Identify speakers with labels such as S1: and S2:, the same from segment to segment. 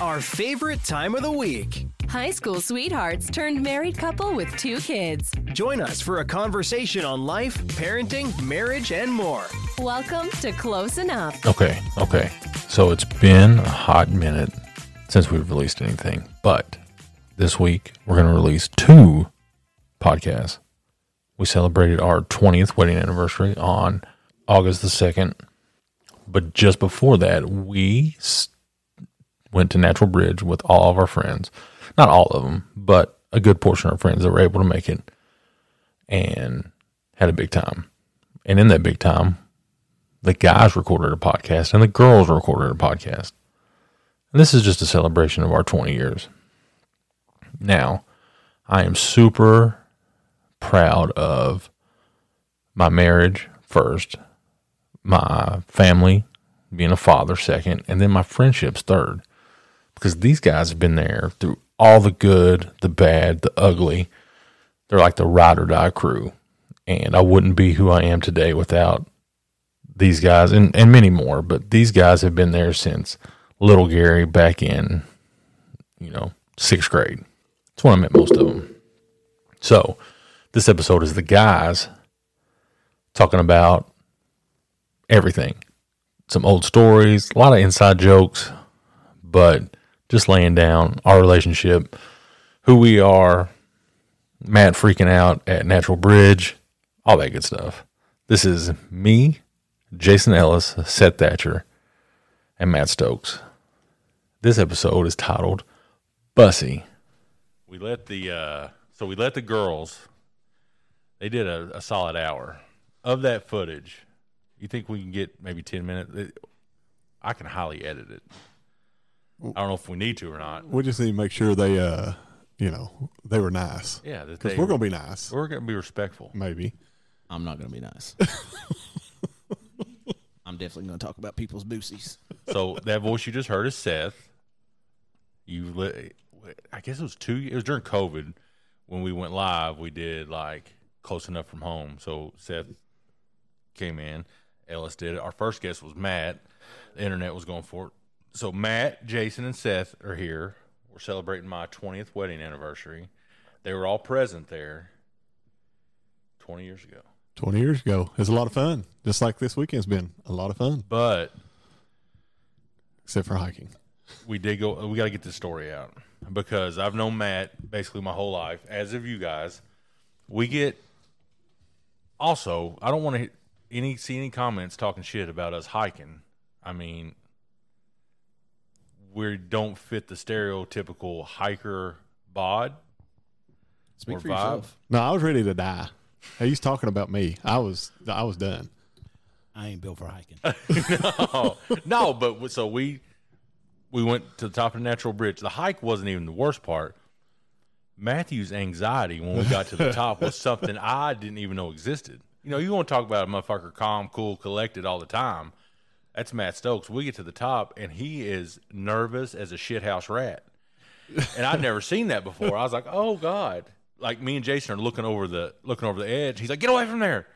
S1: Our favorite time of the week.
S2: High school sweethearts turned married couple with two kids.
S1: Join us for a conversation on life, parenting, marriage, and more.
S2: Welcome to Close Enough.
S3: Okay, okay. So it's been a hot minute since we've released anything, but this week we're going to release two podcasts. We celebrated our 20th wedding anniversary on August the 2nd, but just before that, we s- went to Natural Bridge with all of our friends. Not all of them, but a good portion of our friends that were able to make it and had a big time. And in that big time, the guys recorded a podcast and the girls recorded a podcast. And this is just a celebration of our 20 years. Now, I am super proud of my marriage first, my family being a father second, and then my friendships third. Because these guys have been there through all the good, the bad, the ugly. They're like the ride or die crew. And I wouldn't be who I am today without these guys and, and many more, but these guys have been there since little Gary back in, you know, sixth grade. That's when I met most of them. So this episode is the guys talking about everything some old stories, a lot of inside jokes, but just laying down our relationship, who we are, Matt freaking out at Natural Bridge, all that good stuff. This is me, Jason Ellis, Seth Thatcher, and Matt Stokes. This episode is titled Bussy. We let the uh, so we let the girls. They did a, a solid hour of that footage. You think we can get maybe ten minutes? It- I can highly edit it. I don't know if we need to or not.
S4: We just need to make sure they, uh, you know, they were nice.
S3: Yeah, that
S4: because
S3: they-
S4: we're gonna be nice.
S3: We're gonna be respectful.
S4: Maybe
S5: I'm not going to be nice. I'm definitely going to talk about people's boosies.
S3: So that voice you just heard is Seth. You, li- I guess it was two. It was during COVID when we went live. We did like close enough from home. So Seth came in. Ellis did it. Our first guest was Matt. The internet was going for it. So Matt, Jason, and Seth are here. We're celebrating my twentieth wedding anniversary. They were all present there. Twenty years ago.
S4: twenty years ago, it's a lot of fun. Just like this weekend's been a lot of fun,
S3: But
S4: except for hiking.
S3: we did go we got to get this story out because i've known matt basically my whole life as of you guys we get also i don't want to any see any comments talking shit about us hiking i mean we don't fit the stereotypical hiker bod
S5: Speak
S3: Or
S5: for
S3: vibe.
S5: yourself.
S4: No, I was ready to die. Hey, he's talking about me. I was, I was done.
S5: I ain't built for hiking.
S3: no, no, but w- so we we went to the top of the natural bridge. The hike wasn't even the worst part. Matthew's anxiety when we got to the top was something I didn't even know existed. You know, you want to talk about a motherfucker calm, cool, collected all the time. That's Matt Stokes. We get to the top and he is nervous as a shithouse rat. And I'd never seen that before. I was like, "Oh god." Like me and Jason are looking over the looking over the edge. He's like, "Get away from there."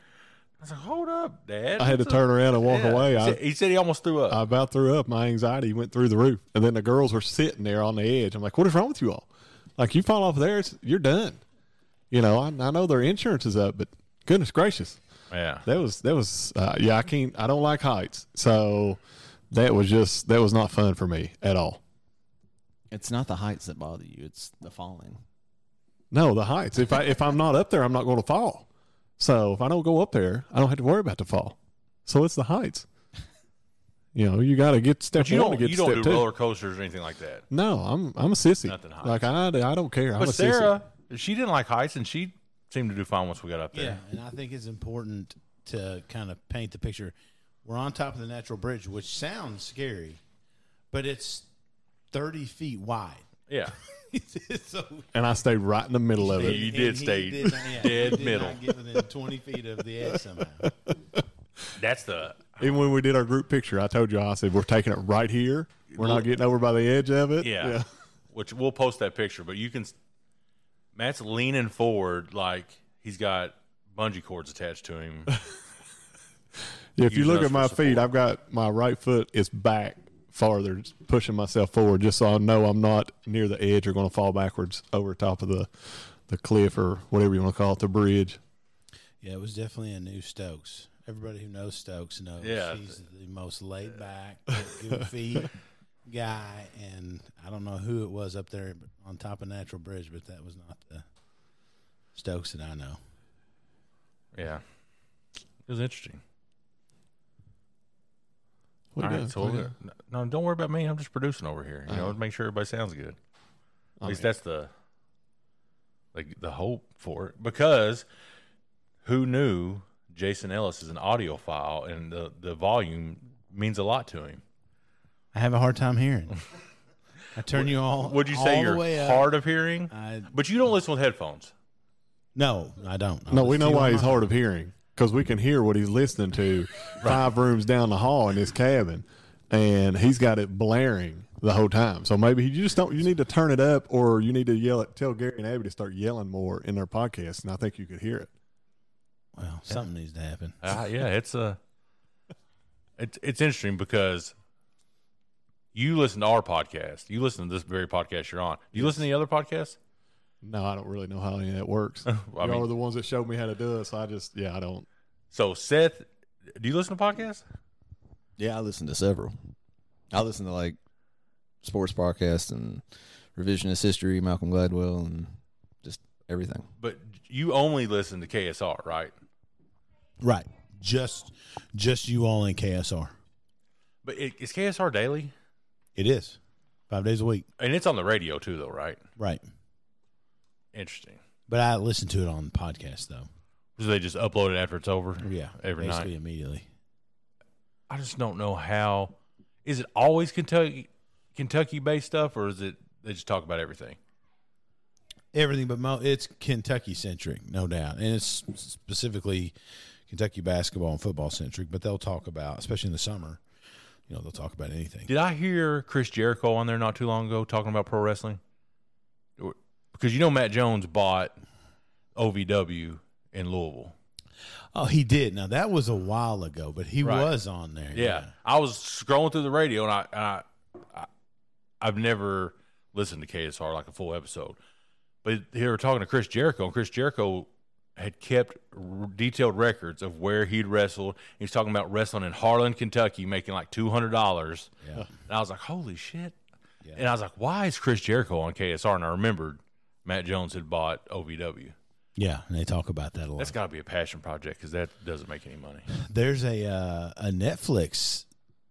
S3: I was like, "Hold up, dad."
S4: I had to
S3: What's
S4: turn
S3: up?"
S4: around and walk
S3: Yeah.
S4: away.
S3: He
S4: I,
S3: said- he said he almost threw up.
S4: I about threw up. My anxiety went through the roof. And then the girls were sitting there on the edge. I'm like, what is wrong with you all? Like, you fall off there, it's, you're done. You know, I, I know their insurance is up, but goodness gracious,
S3: yeah.
S4: that was that was uh, yeah. I can't. I don't like heights, so that was just that was not fun for me at all.
S5: it's not the heights that bother you, it's the falling.
S4: No, the heights. If I if I'm not up there, I'm not going to fall. So if I don't go up there, I don't have to worry about the fall. So it's the heights. You know, you got to get step
S3: But you
S4: one to
S3: don't
S4: get
S3: you
S4: to step
S3: don't do
S4: two.
S3: roller coasters or anything like that.
S4: No, I'm I'm a sissy.
S3: Nothing high.
S4: Like I, I don't care. I'm
S3: but
S4: a
S3: Sarah, she didn't like heights and she seemed to do fine once we got up there.
S6: Yeah, and I think it's important to kind of paint the picture. We're on top of the natural bridge, which sounds scary, but it's 30 feet wide.
S3: Yeah.
S6: so
S4: And I stayed right in the middle of it.
S3: You
S6: and
S3: did
S6: he
S3: stay
S6: did not- yeah, he
S3: dead
S6: did not
S3: middle.
S6: get within 20 feet of the edge somehow.
S3: That's the
S4: Even when we did our group picture, I told you I said we're taking it right here. We're not getting over by the edge of it.
S3: yeah. Which we'll post that picture, but you can s- Matt's leaning forward like he's got bungee cords attached to him.
S4: Yeah, if you
S3: Use
S4: look
S3: us
S4: at
S3: for
S4: my
S3: support.
S4: feet, I've got my right foot is back farther, it's pushing myself forward, just so I know I'm not near the edge or going to fall backwards over top of the the cliff or whatever you want to call it, the bridge.
S6: Yeah, it was definitely a new Stokes. Everybody who knows Stokes knows
S3: Yeah.
S6: he's the most laid back, goofy guy. And I don't know who it was up there on top of Natural Bridge, but that was not the Stokes that I know.
S3: yeah. It was interesting.
S4: What
S3: All
S4: it
S3: right,
S4: does,
S3: so
S4: what Uh-huh. it
S3: we'll-
S4: does.
S3: no, don't worry about me. I'm just producing over here. You know, to make sure everybody sounds good. At
S4: Oh,
S3: least that's the like the hope for it. Because who knew Jason Ellis is an audiophile and the the volume means a lot to him.
S6: I have a hard time hearing. I turn you all.
S3: Would you
S6: all
S3: say
S6: the
S3: you're
S6: way up.
S3: hard of hearing?
S6: I-
S3: but you don't listen with headphones.
S6: No, I don't.
S4: no, we know why he's hard of hearing because we can hear what he's listening to five rooms down the hall in his cabin, and he's got it blaring the whole time. So maybe you just don't. You need to turn it up, or you need to yell it. Tell Gary and Abby to start yelling more in their podcast, and I think you could hear it.
S6: Well, something needs to happen.
S3: Uh, yeah, it's a it's it's interesting because you listen to our podcast. You listen to this very podcast you're on. Do you listen to the other podcasts?
S4: No, I don't really know how any of that works. Y'all
S3: mean-
S4: are the ones that showed me how to do it, so I just yeah, I don't.
S3: So Seth, do you listen to podcasts?
S5: Yeah, I listen to several. I listen to like sports podcasts and revisionist history, Malcolm Gladwell, and just everything.
S3: But you only listen to KSR, right?
S6: Right. Just, just you all in KSR.
S3: But it, it's KSR daily,
S6: It is five days a week.
S3: and it's on the radio too, though, right?
S6: Right.
S3: Interesting.
S6: But I listen to it on podcast though.
S3: So they just upload it after it's over.
S6: Yeah.
S3: every
S6: basically
S3: night.
S6: immediately.
S3: I just don't know how. Is it always Kentucky, Kentucky based stuff, or is it they just talk about everything?
S6: Everything but Mo, it's Kentucky centric, no doubt. And it's specifically Kentucky basketball and football centric, but they'll talk about, especially in the summer, you know, they'll talk about anything.
S3: Did I hear Chris Jericho on there not too long ago talking about pro wrestling? Or- Because you know Matt Jones bought OVW in Louisville.
S6: Oh, he did. Now that was a while ago, but he
S3: Right.
S6: was on there.
S3: Yeah. I was scrolling through the radio and I, and I, I I've never listened to KSR like a full episode. But they were talking to Chris Jericho and Chris Jericho had kept r- detailed records of where he'd wrestled. He was talking about wrestling in Harlan, Kentucky, making like $200. Yeah. And I was like, "Holy shit." And I was like, "Why is Chris Jericho on KSR?" And I remembered Matt Jones had bought OVW.
S6: Yeah, and they talk about that a lot.
S3: That's got to be a passion project because that doesn't make any money.
S6: There's a uh, a Netflix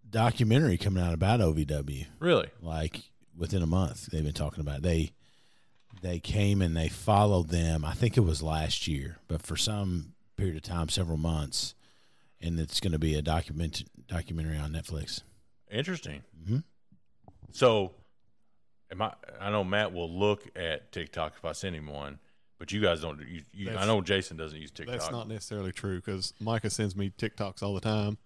S6: documentary coming out about OVW.
S3: Really?
S6: like within a month they've been talking about it. they they came and they followed them i think it was last year but for some period of time several months and it's going to be a document documentary on netflix
S3: Interesting. So, am I? I know Matt will look at TikTok if I send him one, but you guys don't. You, you, I
S4: That's-
S3: know Jason doesn't use TikTok.
S4: That's not necessarily true because Micah sends me TikToks all the time,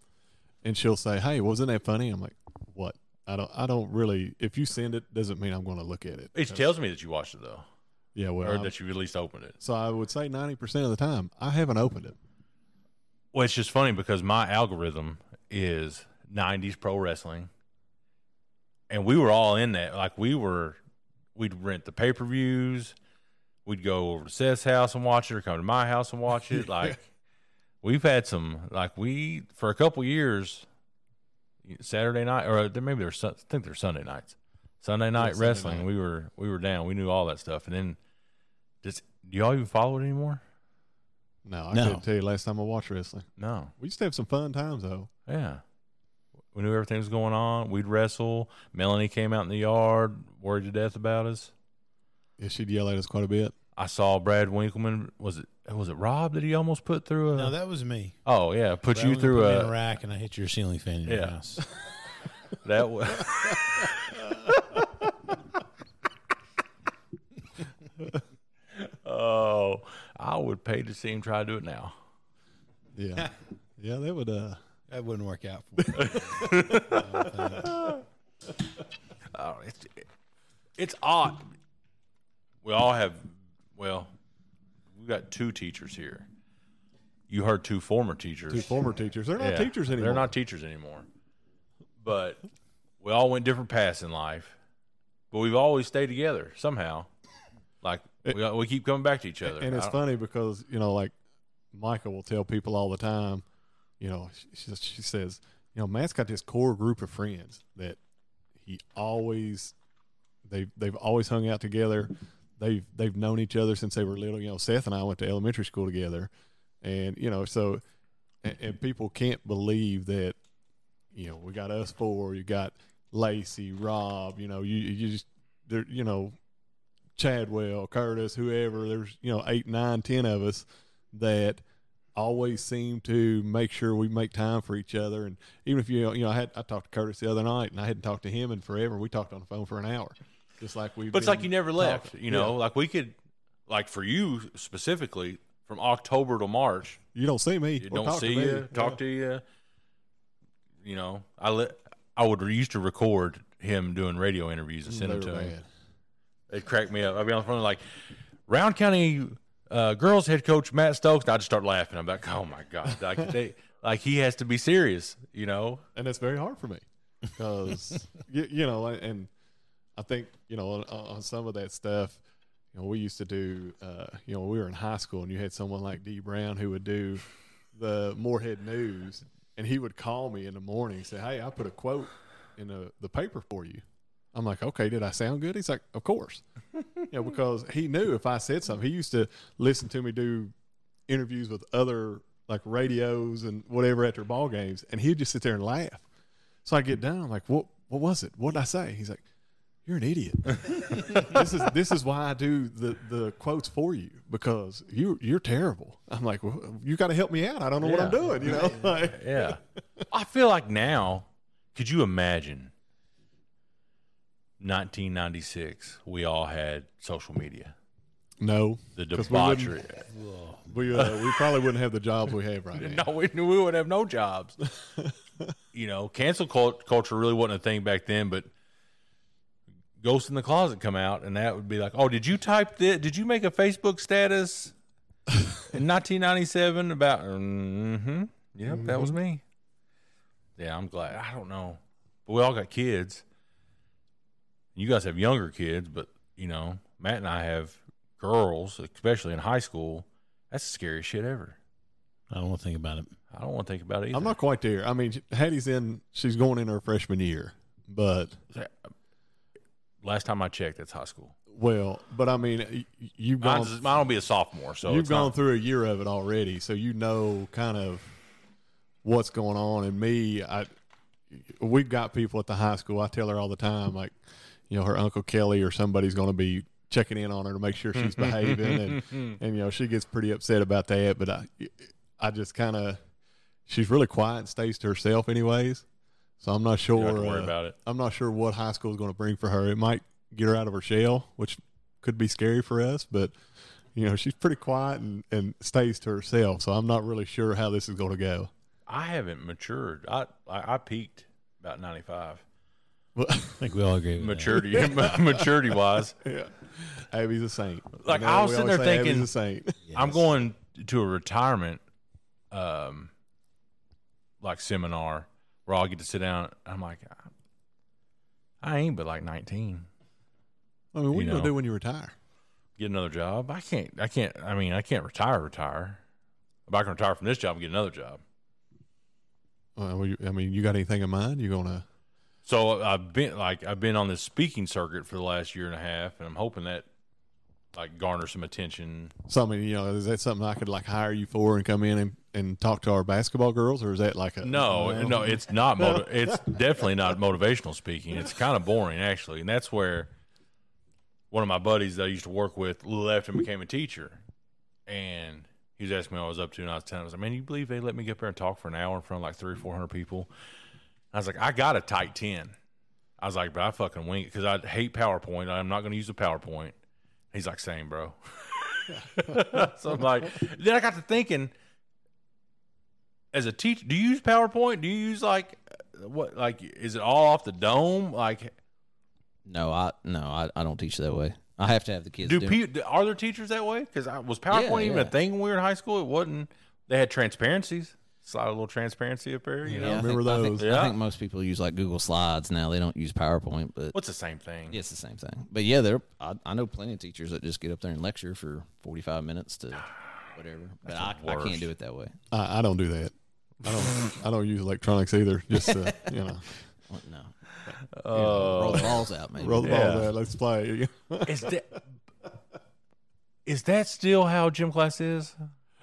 S4: and she'll say, "Hey, wasn't that funny?" I'm like, "What?" I don't. I don't really. If you send it, doesn't mean I'm going to look at it.
S3: it tells me that you watched it though,
S4: Yeah, well,
S3: or
S4: I'm-
S3: that you at least opened it.
S4: so I would say ninety percent of the time I haven't opened it.
S3: Well, it's just funny because my algorithm is '90s pro wrestling, and we were all in that. Like we were, we'd rent the pay per views, we'd go over to Seth's house and watch it, or come to my house and watch it. Like we've had some, like we for a couple years, Saturday night or there- maybe there's I think there's Sunday nights, Sunday night
S4: Sunday
S3: wrestling.
S4: night.
S3: We were we were down. We knew all that stuff, and then does do y'all even follow it anymore?
S4: No, I
S6: No.
S4: couldn't tell you last time I watched wrestling.
S3: No.
S4: We used to have some fun times though.
S3: Yeah. We knew everything was going on. We'd wrestle. Melanie came out in the yard, worried to death about us.
S4: Yeah, she'd yell at us quite a bit.
S3: I saw Brad Winkleman. Was it? was it Rob that he almost put through
S4: Uh,
S3: a?
S6: No, that was me.
S3: oh yeah, put you
S6: Rowan
S3: through
S6: put me in
S3: a.
S6: a rack, and I hit your ceiling fan in your
S3: Yeah.
S6: house.
S3: That was. oh, I would pay to see him try to do it now.
S4: Yeah. yeah, that would uh
S6: That wouldn't work out for me.
S3: Oh, it's it's odd. We all have. Well, we got two teachers here. You heard two former teachers.
S4: two former teachers. They're not
S3: Yeah,
S4: teachers anymore.
S3: They're not teachers anymore. But we all went different paths in life, but we've always stayed together somehow. Like we, we keep coming back to each other.
S4: and it's
S3: I don't-
S4: funny because you know like Micah will tell people all the time you know she, she, she says you know matt's got this core group of friends that he always they've they've always hung out together they've they've known each other since they were little you know seth and i went to elementary school together and you know so and, and people can't believe that you know we got us four you got lacey rob you know you you just there you know Chadwell, Curtis, whoever, there's, you know, eight, nine, ten of us that always seem to make sure we make time for each other. And even if you, you know, I had, I talked to Curtis the other night and I hadn't talked to him in forever. We talked on the phone for an hour, just like we,
S3: But it's like you never left. You know, like we could, like for you specifically, from October to March,
S4: you don't see me.
S3: you
S4: or
S3: don't
S4: talk to
S3: see
S4: me.
S3: you, talk to you. You know, I let I would used to record him doing radio interviews and
S4: They
S3: send them
S4: were
S3: to him.
S4: bad.
S3: It cracked me up. I'd be on the phone like, Round County uh, girls head coach Matt Stokes. And I'd just start laughing. I'm like, oh my god, like they, like he has to be serious, you know?
S4: and that's very hard for me because you, you know and, and i think you know on, on some of that stuff you know we used to do uh, you know we were in high school and you had someone like d brown who would do the moorhead news and he would call me in the morning and say hey i put a quote in the, the paper for you i'm like okay did i sound good he's like of course you know because he knew if i said something he used to listen to me do interviews with other like radios and whatever at their ball games, and he'd just sit there and laugh. So I get down, I'm like, "What? What was it? What did I say?" He's like, "You're an idiot. this is this is why I do the the quotes for you because you you're terrible." I'm like, "Well, you got to help me out. I don't know what I'm
S3: Yeah.
S4: doing." You know, like,
S3: Yeah. I feel like now, could you imagine? 1996, we all had social media.
S4: no,
S3: The
S4: 'cause we wouldn't-
S3: debauchery.
S4: We uh, we probably wouldn't have the jobs we have right now.
S3: No, we knew we would have no jobs. you know, cancel cult- culture really wasn't a thing back then, but Ghost in the Closet come out, and that would be like, oh, did you type that? Did you make a Facebook status in 1997 about? Mm-hmm. Yep, that was me. Yeah, I'm glad. I don't know, but we all got kids. You guys have younger kids, but you know, Matt and I have girls, especially in high school. That's the scariest shit ever.
S6: I don't want to think about it.
S3: I don't want to think about it either.
S4: I'm not quite there. I mean, Hattie's in; she's going in her freshman year, but
S3: Last time I checked, that's high school.
S4: well, but I mean, y- y- you've gone.
S3: Mine's, mine will be a sophomore, so
S4: You've
S3: it's
S4: gone
S3: not-
S4: through a year of it already, so you know kind of what's going on. And me, I we've got people at the high school. I tell her all the time, like you know, her uncle Kelly or somebody's going to be checking in on her to make sure she's behaving, and and you know she gets pretty upset about that. But I, I just kind of she's really quiet and stays to herself, anyways. So I'm not sure. uh,
S3: don't have to worry about it.
S4: I'm not sure what high school is going to bring for her. It might get her out of her shell, which could be scary for us, but you know, she's pretty quiet and, and stays to herself. So I'm not really sure how this is going to go.
S3: I haven't matured. I I, I peaked about ninety five
S4: Well,
S6: I think we all agree. With
S3: maturity maturity wise.
S4: Abby's a saint.
S3: Like,
S4: You
S3: I was
S4: we
S3: sitting
S4: always
S3: there
S4: say
S3: thinking-
S4: Abby's a saint.
S3: I'm going to a retirement, um, like seminar where I'll get to sit down. I'm like, I, I ain't but like nineteen.
S4: I mean, what
S3: You
S4: are you going
S3: know.
S4: to do when you retire?
S3: Get another job. I can't. I can't. I mean, I can't retire. Retire. But I can retire from this job and get another job.
S4: Well, you- I mean, you got anything in mind? You going to?
S3: So I've been like I've been on this speaking circuit for the last year and a half, and I'm hoping that like garner some attention.
S4: So I mean, you know, is that something I could like hire you for and come in and, and talk to our basketball girls, or is that like a
S3: No, no, it's not. Motiv- it's definitely not motivational speaking. It's kind of boring actually, and that's where one of my buddies that I used to work with left and became a teacher, and He was asking me what I was up to, and I was telling him, I was like, man, you believe they let me get up there and talk for an hour in front of like three or 400 people? I was like, I got a tight 10. I was like, but I fucking wing it because I hate PowerPoint. I'm not going to use the PowerPoint. He's like, same, bro. so I'm like, then I got to thinking, as a teacher, do you use PowerPoint? Do you use like, uh, what, like, is it all off the dome? Like,
S5: No, I no, I, I don't teach that way. I have to have the kids
S3: do
S5: do it.
S3: pe- are there teachers that way? Because was PowerPoint
S5: Yeah,
S3: even
S5: yeah.
S3: a thing when we were in high school? It wasn't. They had transparencies. Slide a little transparency up there. You know,
S5: I
S4: remember
S5: think, I think-
S4: those.
S3: Yeah.
S5: I think most people use like Google Slides now. They don't use PowerPoint, but
S3: what's the same thing?
S5: yeah, it's the same thing. But yeah, there I, I know plenty of teachers that just get up there and lecture for forty five minutes to whatever. But I,
S3: the
S5: I
S3: worst.
S5: can't do it that way.
S4: I, I don't do that. I don't. I don't use electronics either. Just to, you know,
S5: Well, No, roll the balls out, maybe.
S4: roll the
S3: Yeah.
S4: ball there. Let's play.
S3: Is that is that still how gym class is?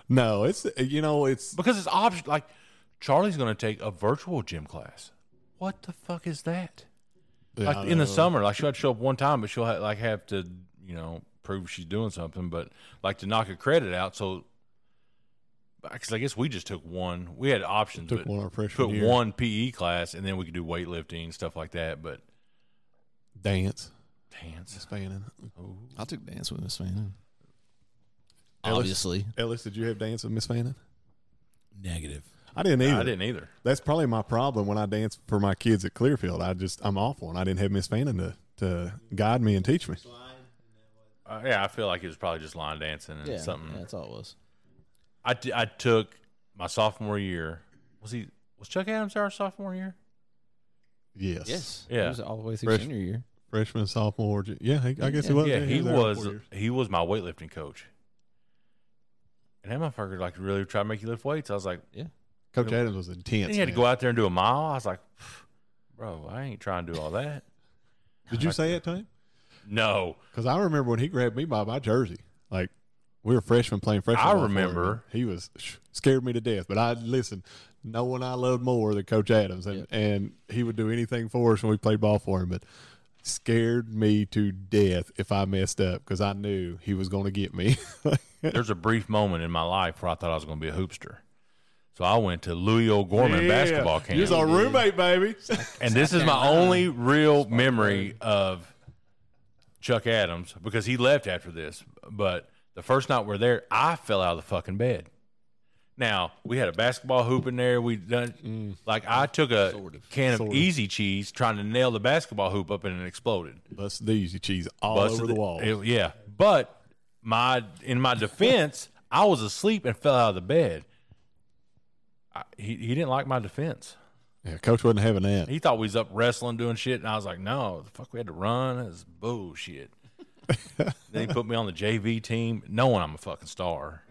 S4: no, it's you know, it's
S3: Because it's option. Like Charlie's going to take a virtual gym class. What the fuck is that?
S4: I
S3: Like in the
S4: know.
S3: summer, like she'll have to show up one time, but she'll ha- like have to you know prove she's doing something. But like to knock a credit out, so because I guess we just took one. We had options.
S4: Took
S3: but
S4: one our freshman
S3: Took
S4: year.
S3: one PE class, and then we could do weightlifting stuff like that. But
S4: dance.
S3: dance.
S4: Spanning.
S5: I took dance with Miss Fannin. Obviously,
S4: Ellis, did you have dance with Miss Fannin?
S6: Negative.
S4: I didn't either.
S3: I didn't either.
S4: That's probably my problem when I dance for my kids at Clearfield. I just I'm awful, and I didn't have Miss Fannin to to guide me and teach me.
S3: Uh, yeah, I feel like it was probably just line dancing and
S5: yeah,
S3: something.
S5: yeah, that's all it was.
S3: I, t- I took my sophomore year. Was he was Chuck Adams our sophomore year?
S4: Yes.
S5: Yes,
S3: Yeah.
S5: it was all the way through
S4: Fresh-
S5: senior year.
S4: Freshman, sophomore. ju- Yeah, I, I guess he was.
S3: yeah, he
S4: there all
S3: was
S4: four years.
S3: he was my weightlifting coach. And that motherfucker like really tried to make you lift weights. I was like,
S5: Yeah,
S4: Coach Adams was
S3: and
S4: intense.
S3: he had to
S4: man.
S3: go out there and do a mile. I was like, bro, I ain't trying to do all that.
S4: Did you say that to him?
S3: no,
S4: Because I remember when he grabbed me by my jersey. Like we were freshmen playing freshman.
S3: I
S4: ball for him.
S3: remember.
S4: he was sh- scared me to death. But I listen, no one I loved more than Coach Adams, and and he would do anything for us when we played ball for him. But scared me to death if I messed up because I knew he was going to get me.
S3: there's a brief moment in my life where I thought I was going to be a hoopster. So I went to Louis O'Gorman basketball camp.
S4: He's our roommate, baby.
S3: And this is my only real memory of Chuck Adams because he left after this. But the first night we're there, I fell out of the fucking bed. Now we had a basketball hoop in there. We done
S4: Mm.
S3: like I took a can of Easy Cheese trying to nail the basketball hoop up and it exploded.
S4: Bust the easy cheese all
S3: Busted
S4: over the
S3: it-
S4: wall.
S3: it- yeah, but my in my defense, I was asleep and fell out of the bed. I, he he didn't like my defense.
S4: yeah, Coach wasn't having that.
S3: He thought we was up wrestling doing shit, and I was like, "No, the fuck, we had to run. It was bullshit." then he put me on the JV team, knowing I'm a fucking star.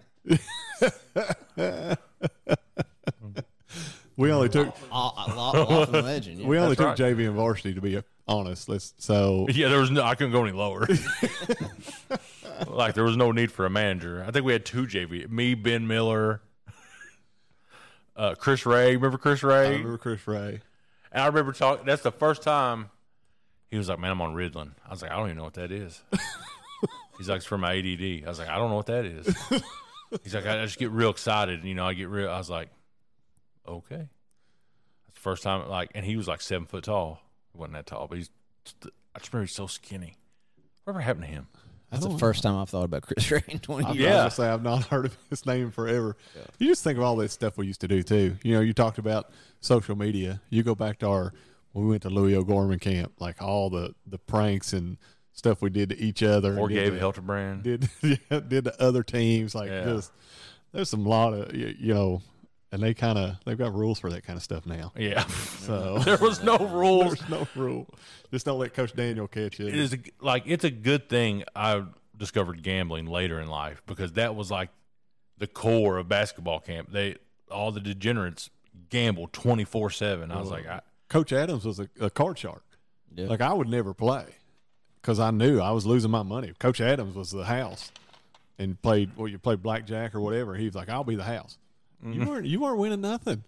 S4: we only took
S5: All, a lot, lot from legend. Yeah.
S4: we only
S3: That's
S4: took JV and varsity to be honest. Let's so
S3: Yeah, there was no, I couldn't go any lower. like there was no need for a manager. I think we had two JV, me, Ben Miller, uh, Chris Ray. Remember Chris Ray?
S4: I remember Chris Ray.
S3: And I remember talking. That's the first time he was like, "Man, I'm on Ritalin." I was like, "I don't even know what that is." He's like, "It's for my ADD." I was like, "I don't know what that is." He's like, "I I just get real excited, and, you know. I get real." I was like, "Okay." That's the first time. Like, and he was like seven foot tall. He wasn't that tall, but he's. I just remember he's so skinny. Whatever happened to him?
S5: That's the first time I've thought about Chris Ray in 20
S4: I'm
S5: years.
S3: Yeah.
S4: yeah. say I've not heard of his name forever. You just think of all this stuff we used to do too. You know, you talked about social media. You go back to our when we went to Louis O'Gorman camp, like all the the pranks and stuff we did to each other.
S3: Or
S4: and did
S3: Gabe
S4: to-
S3: Hilterbrand.
S4: did yeah, did to other teams. Like
S3: Yeah.
S4: just there's some lot of you, you know, and they kind of they've got rules for that kind of stuff now.
S3: Yeah,
S4: So
S3: there was no rules.
S4: there's no rule. Just don't let Coach Daniel catch you.
S3: it is a, like it's a good thing I discovered gambling later in life because that was like the core of basketball camp. They all the degenerates gamble twenty four seven. I was like, I,
S4: Uh, Coach Adams was a, a card shark.
S5: Yeah.
S4: Like I would never play because I knew I was losing my money. Coach Adams was the house and played well. You played blackjack or whatever. He was like, "I'll be the house."
S3: Mm-hmm.
S4: You weren't. You weren't winning nothing.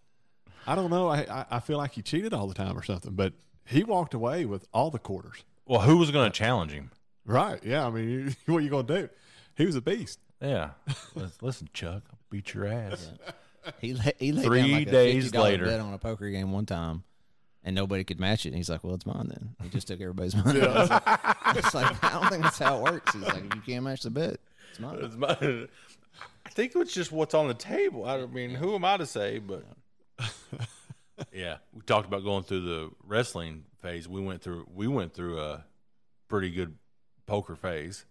S4: I don't know. I, I I feel like he cheated all the time or something. But he walked away with all the quarters.
S3: well, who was going to challenge him?
S4: Right? Yeah. I mean, you, what you gonna do? He was a beast.
S7: Yeah. Let's- Listen, Chuck, I'll beat your ass.
S5: He la- he laid
S7: Three
S5: down like
S7: days
S5: a $50
S7: later.
S5: bet on a poker game one time, and nobody could match it. And he's like, "Well, it's mine then." He just took everybody's money. I was like, I was like, I don't think that's how it works. He's like, "If you can't match the bet, it's mine."
S3: It's my- I think it's just what's on the table. I don't- I mean, who am I to say? But yeah, we talked about going through the wrestling phase. We went through we went through a pretty good poker phase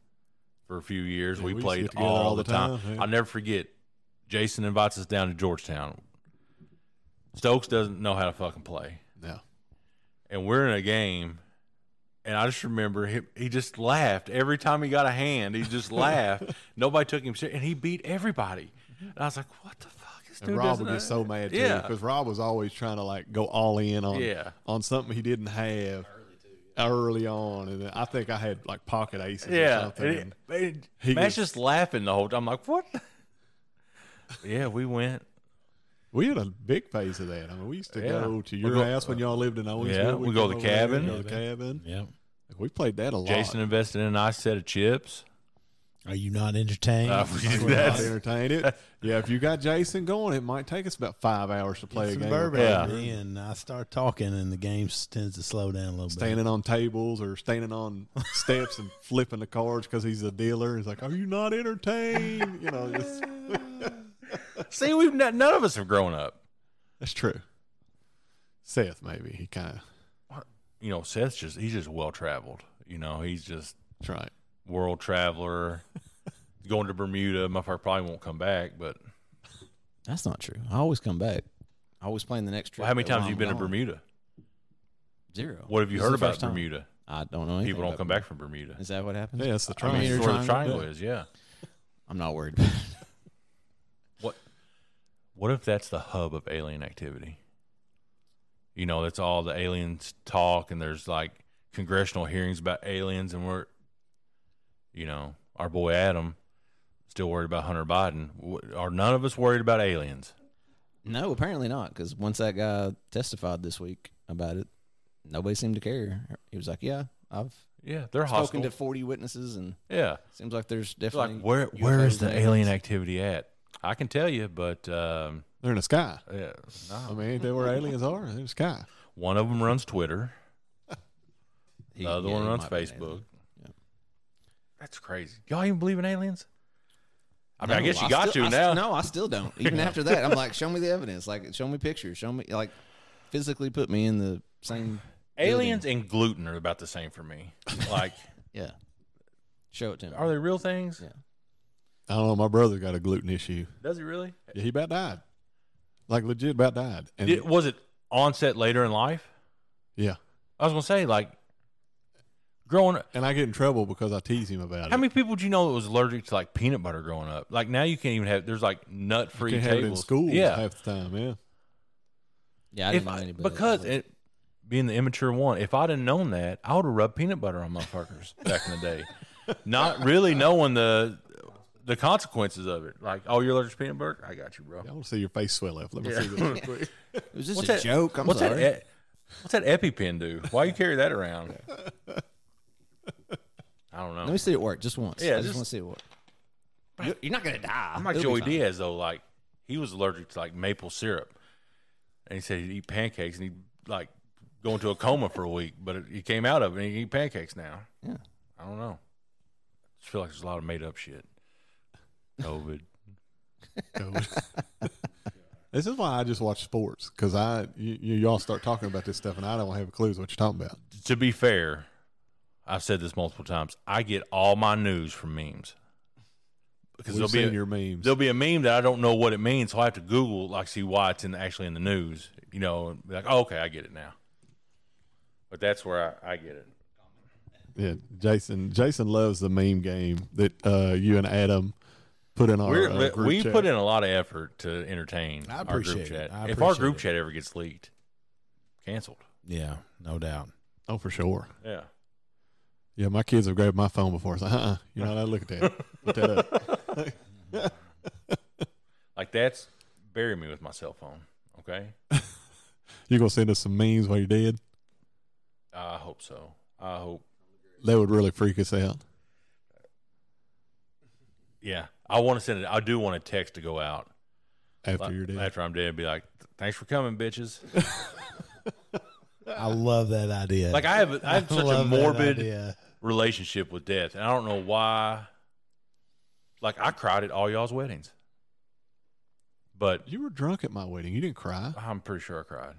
S3: for a few years.
S4: Yeah,
S3: we,
S4: we used to
S3: played
S4: get together
S3: all,
S4: all
S3: the
S4: the
S3: time.
S4: time, yeah.
S3: I'll never forget. Jason invites us down to Georgetown. Stokes doesn't know how to fucking play
S4: No.
S3: and we're in a game, and I just remember he, he just laughed every time he got a hand. He just laughed. Nobody took him serious, and he beat everybody. And I was like, "What the fuck is?"
S4: And Rob would get so mad too,
S3: Yeah.
S4: because Rob was always trying to like go all in on
S3: Yeah.
S4: on something he didn't have early, on, and then I think I had like pocket aces or
S3: Yeah,
S4: something.
S3: and it, it,
S4: He
S3: Matt's
S4: just-
S3: just laughing the whole time. I'm like, "What?" yeah, we went.
S4: we had a big phase of that. I mean, we used to
S3: Yeah.
S4: go to
S3: We
S4: your
S3: go-
S4: house when y'all lived in Owensville.
S3: Yeah, we
S4: We'd
S3: go
S4: come
S3: to the
S4: over there,
S3: cabin.
S4: Go to the cabin.
S6: Yep.
S4: Like, we played that a lot.
S3: Jason invested in a nice set of chips.
S6: Are you not entertained?
S3: Uh,
S4: We were not entertained it. Yeah, if you got Jason going, it might take us about five hours to play a
S6: some
S4: game.
S6: bourbon
S3: Yeah.
S6: and then I start talking, and the game s- tends to slow down a little bit.
S4: standing on tables or standing on steps and flipping the cards because he's a dealer. He's like, "Are you not entertained?" You know, just,
S3: See, we've not, none of us have grown up.
S4: that's true. Seth, maybe he kind of
S3: You know, Seth's just he's just well traveled. You know, he's just
S4: right.
S3: world traveler. Going to Bermuda, my probably won't come back, but
S5: That's not true. I always come back. I always plan the next trip.
S3: Well, how many
S5: that
S3: times have
S5: while
S3: you
S5: I'm
S3: been to
S5: gone.
S3: Bermuda?
S5: Zero.
S3: What have you
S5: This is
S3: heard
S5: the
S3: about
S5: first time.
S3: Bermuda?
S5: I don't know. anything
S3: People don't
S5: about
S3: come back from Bermuda.
S5: Is that what happens?
S4: Yeah, that's the
S5: I mean,
S4: triangle.
S3: It's
S5: you're
S3: where the
S5: trying-
S3: triangle is, yeah.
S5: I'm not worried. About it.
S3: What what if that's the hub of alien activity? You know, that's all the aliens talk and there's like congressional hearings about aliens and we're you know, our boy Adam still worried about Hunter Biden. W- Are none of us worried about aliens?
S5: No, apparently not. Because once that guy testified this week about it, nobody seemed to care. He was like, "Yeah, I've
S3: Yeah, they're hostile.
S5: spoken to 40 witnesses, and
S3: yeah.
S5: seems like there's
S3: Like
S5: definitely
S3: where where is the alien activity at? I can tell you, but um
S4: They're in the sky.
S3: yeah, no.
S4: I mean, ain't that where aliens are? They're in the sky.
S3: One of them runs Twitter.
S5: He-
S3: The other
S5: yeah,
S3: one
S5: he
S3: runs
S5: might be an alien.
S3: Facebook. That's crazy. Y'all even believe in aliens? I mean, I
S5: No,
S3: guess you got
S5: still-
S3: to
S5: I
S3: now.
S5: st- no, I still don't. Even after that, I'm like, show me the evidence. Like, show me pictures. Show me like physically put me in the same.
S3: Aliens and gluten are about the same for me. Like,
S5: Yeah. Show it to me.
S3: are they real things?
S5: Yeah.
S4: I don't know. My brother got a gluten issue.
S3: Does it really?
S4: Yeah, he about died. Like legit about died. And
S3: Did, was it onset later in life?
S4: yeah,
S3: I was gonna say like, growing. up,
S4: and I get in trouble because I tease him about
S3: How
S4: it.
S3: many people do you know that was allergic to like peanut butter growing up? Like now you can't even have. There's like nut free
S4: Can't
S3: tables.
S4: have it in schools
S3: Yeah,
S4: half the time. Yeah,
S5: Yeah, I
S3: if
S5: didn't know
S3: I-
S5: anybody.
S3: because it, being the immature one, if I'd have known that, I would have rubbed peanut butter on motherfuckers back in the day, not really knowing the the consequences of it. Like, oh, you're allergic to peanut butter? I got you, bro.
S4: I want to see your face swell up. Let me see this real quick.
S5: it was just
S3: What's
S5: a
S3: that
S5: joke. I'm
S3: what's
S5: sorry.
S3: That, e- what's that EpiPen do? Why you carry that around? I don't
S5: Let me
S3: know.
S5: see it work just once.
S3: Yeah,
S5: I just,
S3: just-
S5: want to see it work. You're, you're not gonna die.
S3: I'm like
S5: It'll be
S3: Joey
S5: fine.
S3: Diaz though. Like, he was allergic to like maple syrup, and he said he'd eat pancakes, and he'd like go into a coma for a week. But it, he came out of it, and he can eat pancakes now.
S5: Yeah.
S3: I don't know. I just feel like there's a lot of made up shit. COVID.
S4: This is why I just watch sports because I you, you y'all start talking about this stuff and I don't have a clue what you're talking about.
S3: to be fair, I've said this multiple times. I get all my news from memes. Because there'll
S4: We've
S3: be a,
S4: seen your memes.
S3: there'll be a meme that I don't know what it means, so I have to Google like see why it's in actually in the news. You know, and be like, oh, okay, I get it now. But that's where I, I get it.
S4: Yeah, Jason. Jason loves the meme game that uh, you and Adam put in our
S3: We're,
S4: uh,
S3: we
S4: group
S3: we
S4: chat.
S3: put in a lot of effort to entertain
S6: I
S3: our group
S6: appreciate it.
S3: chat.
S6: I
S3: If our
S6: appreciate
S3: group
S6: it.
S3: chat ever gets leaked, canceled.
S6: Yeah, no doubt.
S4: Oh, for sure.
S3: Yeah.
S4: Yeah, my kids have grabbed my phone before. It's like, uh-uh, you're not allowed to look at that. Put that up.
S3: Like that's bury me with my cell phone. Okay.
S4: You gonna send us some memes while you're dead?
S3: I hope so. I hope.
S4: That would really freak us out.
S3: Yeah. I want to send it. I do want a text to go out
S4: after
S3: like,
S4: your day.
S3: after I'm dead. Be like, thanks for coming, bitches.
S6: I love that idea.
S3: Like I have, I have such a
S6: love that
S3: morbid
S6: idea.
S3: relationship with death, and I don't know why. Like I cried at all y'all's weddings, but
S4: You were drunk at my wedding. You didn't cry.
S3: I'm pretty sure I cried.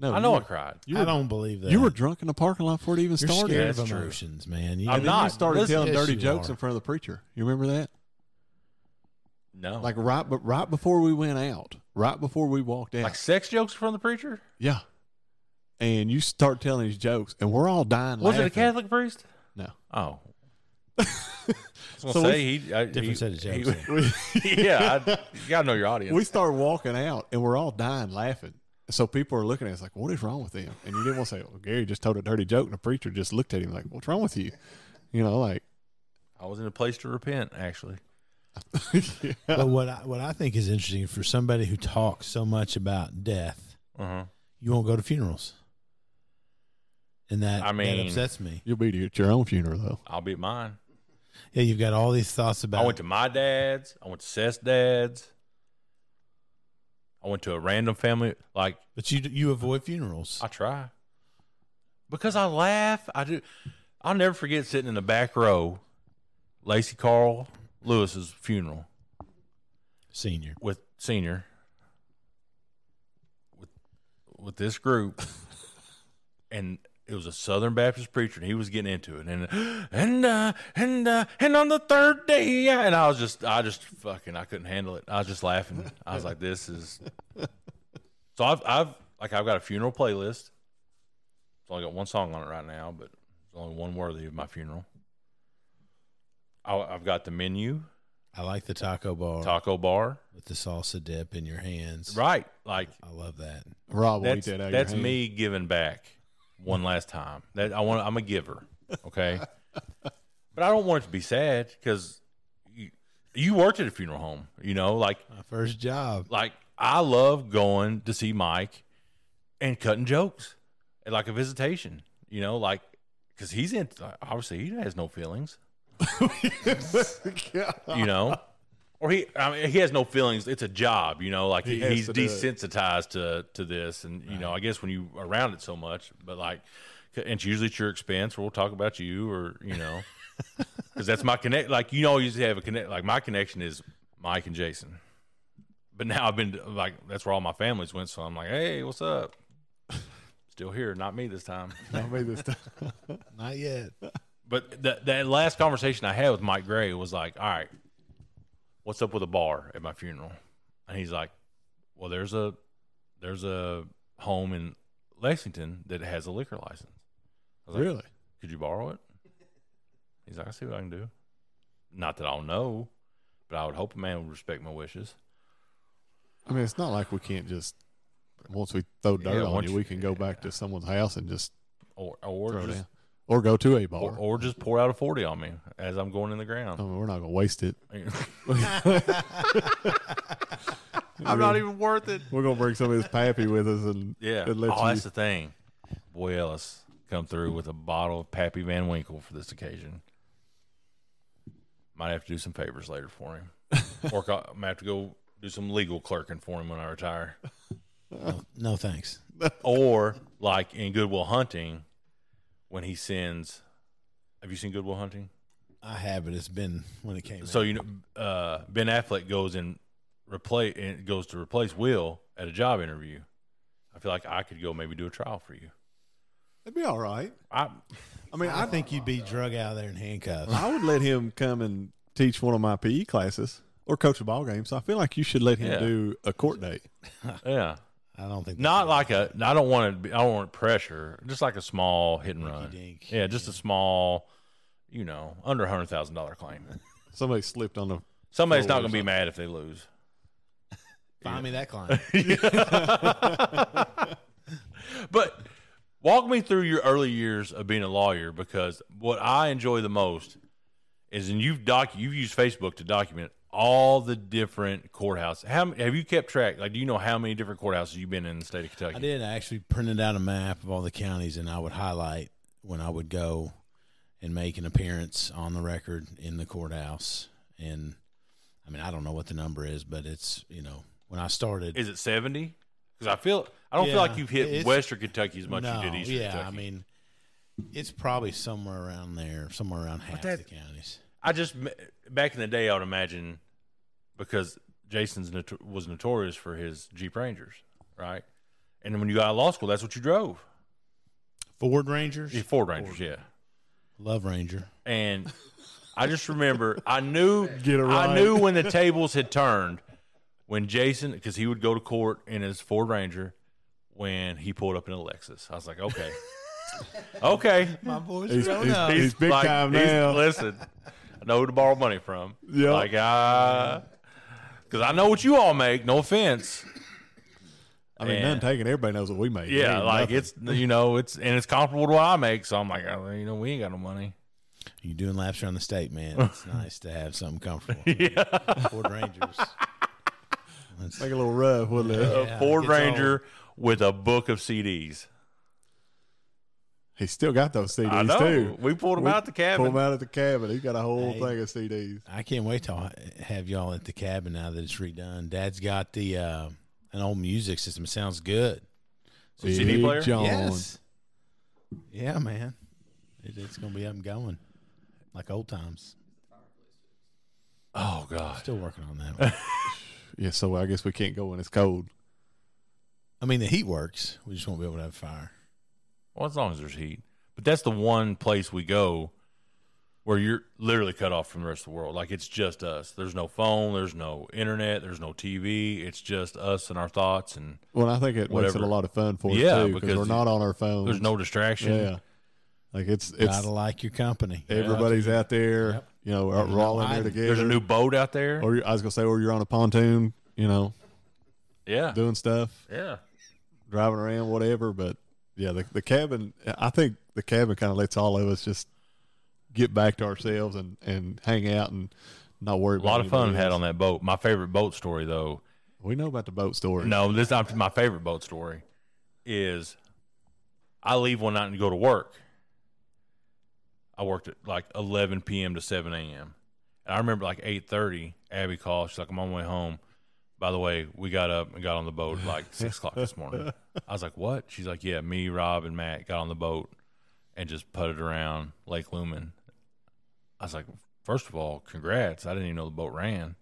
S4: No,
S3: I
S4: you
S3: know
S4: were-
S3: I cried.
S4: You
S6: I
S4: were,
S6: don't believe that.
S4: you were drunk in the parking lot before it even
S6: You're
S4: started.
S6: scared
S3: That's
S6: of
S3: true.
S6: emotions, man. You
S3: I'm
S6: know,
S4: Then
S3: not.
S4: You started
S3: Listen-
S4: telling
S6: Yes,
S4: dirty
S6: you
S4: jokes
S6: are.
S4: in front of the preacher. You remember that?
S3: No,
S4: Oh. Like right, but right before we went out, right before we walked out,
S3: like sex jokes from the preacher.
S4: yeah. And you start telling these jokes, and we're all dying.
S3: Was it a
S4: laughing.
S3: Catholic priest?
S4: No.
S3: Oh. I was
S4: So
S3: gonna say he I,
S6: different
S3: he-
S6: set of
S3: he-
S6: jokes.
S3: yeah, I, you gotta know your audience.
S4: We start walking out, and we're all dying laughing. So people are looking at us like, "What is wrong with them?" And you didn't want to say, "Well, Gary just told a dirty joke," and the preacher just looked at him like, "What's wrong with you?" You know, like
S3: I was in a place to repent. Actually,
S6: But what I, what I think is interesting for somebody who talks so much about death,
S3: uh-huh.
S6: you won't go to funerals, and that
S3: I
S6: that
S3: mean-
S6: upsets me.
S4: you'll be at your own funeral though.
S3: I'll be at mine.
S6: Yeah, you've got all these thoughts about.
S3: I went to my dad's. I went to Seth's dad's. I went to a random family. Like
S6: but you you avoid funerals.
S3: I try because I laugh. I do. I'll never forget sitting in the back row, Lacey Carl Lewis's funeral
S6: Senior,
S3: with senior with with this group, and it was a Southern Baptist preacher, and he was getting into it, and and uh, and uh, and on the third day, uh," and I was just I just fucking I couldn't handle it. I was just laughing. I was like, this is. So I've I've like I've got a funeral playlist. It's only got one song on it right now, but there's only one worthy of my funeral. I, I've got the menu,
S6: I like the taco bar
S3: taco bar,
S6: with the salsa dip in your hands.
S3: right? Like
S6: I love that.
S4: Rob, will eat
S3: that's,
S4: that out of your
S3: that's
S4: hand.
S3: me giving back one last time. That I want. I'm a giver. Okay, but I don't want it to be sad because you, you worked at a funeral home. You know, like
S6: My first job.
S3: like I love going to see Mike and cutting jokes at like a visitation. You know, like because he's in. Obviously, he has no feelings. you know. Or he, I mean, he has no feelings. It's a job, you know. Like
S4: He
S3: he
S4: has
S3: he's
S4: to do it.
S3: desensitized to to this, and you know, I guess when you around it so much, but like, and it's usually at your expense. Or we'll talk about you, or you know, because that's my connect. Like you know, you usually have a connect. Like my connection is Mike and Jason, but now I've been like that's where all my families went. So I'm like, hey, what's up? Still here, not me this time.
S4: I made this stuff.
S6: Not yet.
S3: But that that last conversation I had with Mike Gray was like, "All right, what's up with a bar at my funeral?" And he's like, "Well, there's a there's a home in Lexington that has a liquor license.
S4: really.
S3: Could you borrow it?" He's like, "I see what I can do. Not that I'll know, but I would hope a man would respect my wishes."
S4: I mean, it's not like we can't just once we throw dirt
S3: Yeah,
S4: on
S3: once
S4: you,
S3: you-
S4: we can go back to someone's house and just
S3: Or or
S4: throw
S3: just,
S4: down, or go to a bar.
S3: or, or just pour out a forty on me as I'm going in the
S4: I
S3: ground.
S4: mean, we're not gonna waste it.
S3: I'm not even worth it.
S4: We're gonna bring some of his pappy with us and
S3: Yeah.
S4: and let
S3: oh,
S4: you-
S3: that's the thing. Boy Ellis come through with a bottle of Pappy Van Winkle for this occasion. Might have to do some favors later for him. or co- I might have to go do some legal clerking for him when I retire.
S6: No thanks.
S3: Or like in Goodwill Hunting, when he sends. Have you seen Goodwill Hunting?
S6: I have, but it's been when it came.
S3: So
S6: out.
S3: you know, uh, Ben Affleck goes and replace and goes to replace Will at a job interview. I feel like I could go maybe do a trial for you.
S4: It'd be all right.
S3: I
S4: I mean,
S6: I
S4: I
S6: think you'd be drug out of there in handcuffs.
S4: I would let him come and teach one of my PE classes or coach a ball game. So I feel like you should let him
S3: Yeah.
S4: do a court date.
S3: yeah.
S6: I don't think
S3: Not like a. I don't want to. Be, I don't want pressure. Just like a small hit and run.
S6: Dinky-dink.
S3: Yeah, just a small, you know, under a hundred thousand dollar claim.
S4: Somebody slipped on the.
S3: Somebody's not going to be mad if they lose.
S6: find me that client.
S3: But walk me through your early years of being a lawyer because what I enjoy the most is, and you've doc, you've used Facebook to document all the different courthouses. How m- have you kept track? Like, do you know how many different courthouses you've been in the state of Kentucky?
S6: I did. I actually printed out a map of all the counties, and I would highlight when I would go and make an appearance on the record in the courthouse. And I mean, I don't know what the number is, but it's you know when I started,
S3: Is it seventy? Because I feel I don't feel like
S6: Yeah,
S3: you've hit
S6: it's-
S3: Western Kentucky as much as you did Eastern
S6: yeah,
S3: Kentucky.
S6: I mean, it's probably somewhere around there, somewhere around half
S3: that-
S6: the counties.
S3: I just back in the day, I would imagine because Jason's noto- was notorious for his Jeep Rangers, right? And then when you got out of law school, that's what you drove.
S6: Ford Rangers,
S3: Yeah, Ford Rangers, yeah.
S6: Love Ranger.
S3: And I just remember I knew
S4: Get it
S3: I
S4: right.
S3: knew when the tables had turned when Jason because he would go to court in his Ford Ranger when he pulled up in a Lexus. I was like, okay, okay,
S4: He's, he's-
S3: He's
S4: he's big
S3: like-
S4: time
S3: he's-
S4: now.
S3: Listen, I know who to borrow money from.
S4: Yeah.
S3: Like, ah, because I know what you all make. No offense.
S4: I mean,
S3: Yeah.
S4: none taken. Everybody knows what we make. It
S3: Yeah,
S4: ain't
S3: like
S4: nothing.
S3: it's you know it's and it's comparable to what I make. So I'm like, oh, you know, we ain't got no money.
S6: You're doing laps around the state, man. It's nice to have something comfortable. Ford Rangers. That's-
S4: like a little rough, wasn't it?
S3: A Ford
S6: it's all-
S3: Ranger with a book of CDs.
S4: He still got those CDs
S3: I know.
S4: too.
S3: We pulled 'em
S4: We
S3: out the
S4: Pulled
S3: cabin.
S4: them out of the cabin. He's got a whole
S6: Hey.
S4: thing of CDs.
S6: I can't wait to have y'all at the cabin now that it's redone. Dad's got the uh, an old music system. It sounds good.
S3: CD
S4: Big
S3: player?
S4: John.
S6: Yes. Yeah, man. It, it's gonna be up and going, like old times.
S3: Oh God.
S6: Still working on that. One.
S4: Yeah, so I guess we can't go when it's cold.
S6: I mean, the heat works. We just won't be able to have fire.
S3: Well, as long as there's heat. But that's the one place we go where you're literally cut off from the rest of the world. Like it's just us. There's no phone, there's no internet, there's no TV. It's just us and our thoughts and
S4: Well, I think it makes it
S3: Whatever.
S4: a lot of fun for
S3: Yeah,
S4: us too because
S3: because
S4: we're not on our phones.
S3: there's no distraction.
S4: yeah, like it's it's
S6: Gotta like your company.
S4: everybody's out there. You know, we're, we're all in there together.
S3: There's a new boat out there.
S4: or you- I was gonna say, or you're on a pontoon. You know,
S3: yeah.
S4: doing stuff,
S3: Yeah.
S4: driving around, whatever. But yeah, the the cabin. I think the cabin kind of lets all of us just get back to ourselves and and hang out and not worry.
S3: A lot of fun had on that boat. My favorite boat story though.
S4: We know about the boat story.
S3: No, this not my favorite boat story is I leave one night and go to work. I worked at like 11 p.m. to 7 a.m. And I remember like 8:30, Abby called. She's like, "I'm on my way home." By the way, we got up and got on the boat at like six o'clock this morning. I was like, "What?" She's like, "Yeah, me, Rob, and Matt got on the boat and just putted around Lake Lumen." I was like, first of all, congrats! I didn't even know the boat ran."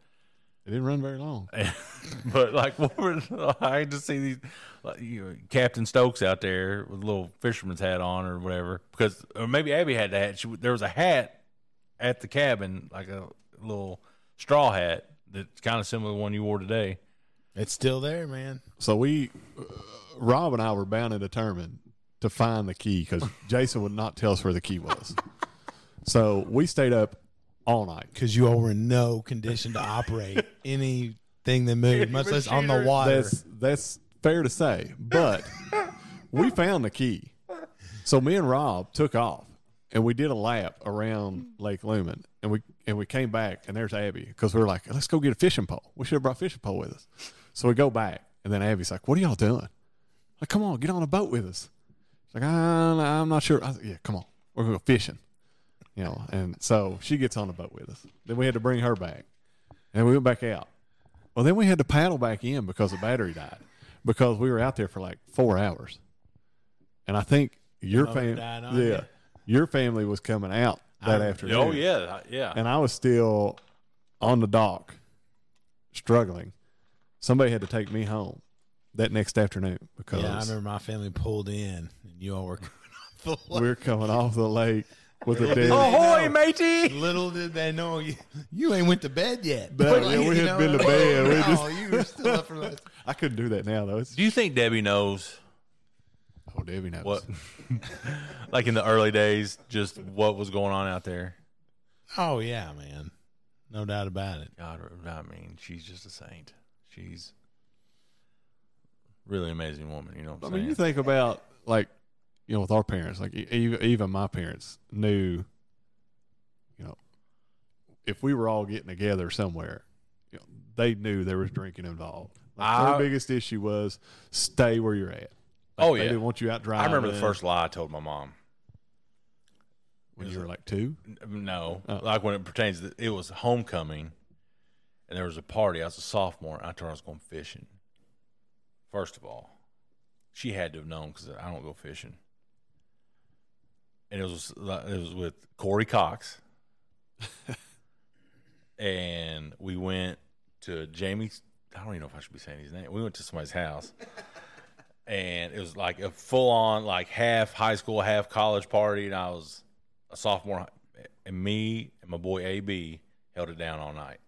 S4: It didn't run very long.
S3: Eh. but like, what were, I just see these like, you know, Captain Stokes out there with a little fisherman's hat on or whatever, because or maybe Abby had the hat. She, there was a hat at the cabin, like a little straw hat that's kind of similar to the one you wore today.
S6: It's still there, man.
S4: So we, uh, Rob and I were bound and determined to find the key because Jason would not tell us where the key was. so we stayed up all night.
S6: Because you all were in no condition to operate anything that moved, much less on the water.
S4: That's that's fair to say, but we found the key. So me and Rob took off and we did a lap around Lake Lumen and we and we came back and there's Abby because we were like, let's go get a fishing pole. We should have brought a fishing pole with us. So we go back and then Abby's like, what are y'all doing? Like, come on, get on a boat with us. She's like, I'm, I'm not sure. I was like, yeah, come on, we're gonna go fishing. You know, and so she gets on the boat with us. Then we had to bring her back, and we went back out. Well, then we had to paddle back in because the battery died because we were out there for like four hours. And I think your
S6: Motor
S4: family,
S6: died
S4: yeah,
S6: on you.
S4: your family was coming out that afternoon.
S3: Oh yeah, yeah.
S4: And I was still on the dock, struggling. Somebody had to take me home that next afternoon because
S6: yeah, I remember my family pulled in, and you all were. coming off the
S4: we are coming off the lake with a dead.
S3: Ahoy, matey!
S6: Little did they know you, you ain't went to bed yet.
S4: But, yeah, we
S6: you
S4: had
S6: know,
S4: been to bed. We
S6: no,
S4: just-
S6: you were still up for the
S4: I couldn't do that now though. It's,
S3: Do you think Debbie knows
S4: oh, Debbie knows.
S3: what, like in the early days, just what was going on out there?
S6: Oh yeah, man. No doubt about it.
S3: God, I mean, she's just a saint. She's really amazing woman. You know what
S4: I
S3: I'm
S4: mean,
S3: saying?
S4: you think about like you know with our parents, like e- even even my parents knew, you know, if we were all getting together somewhere, you know, they knew there was drinking involved. Like,
S3: I-
S4: their biggest issue was stay where you're at. Like,
S3: Oh,
S4: they
S3: yeah.
S4: didn't want you out
S3: I
S4: driving.
S3: remember the first lie I told my mom.
S4: when you were like two.
S3: N- No, like when it pertains, to, it was homecoming, and and there was a party. I was a sophomore. And I told her I was going fishing. First of all, she had to have known because I don't go fishing. And it was it was with Corey Cox, and we went to Jamie's. I don't even know if I should be saying his name. We went to somebody's house, and it was like a full on like half high school, half college party, and I was a sophomore, and me and my boy AB held it down all night.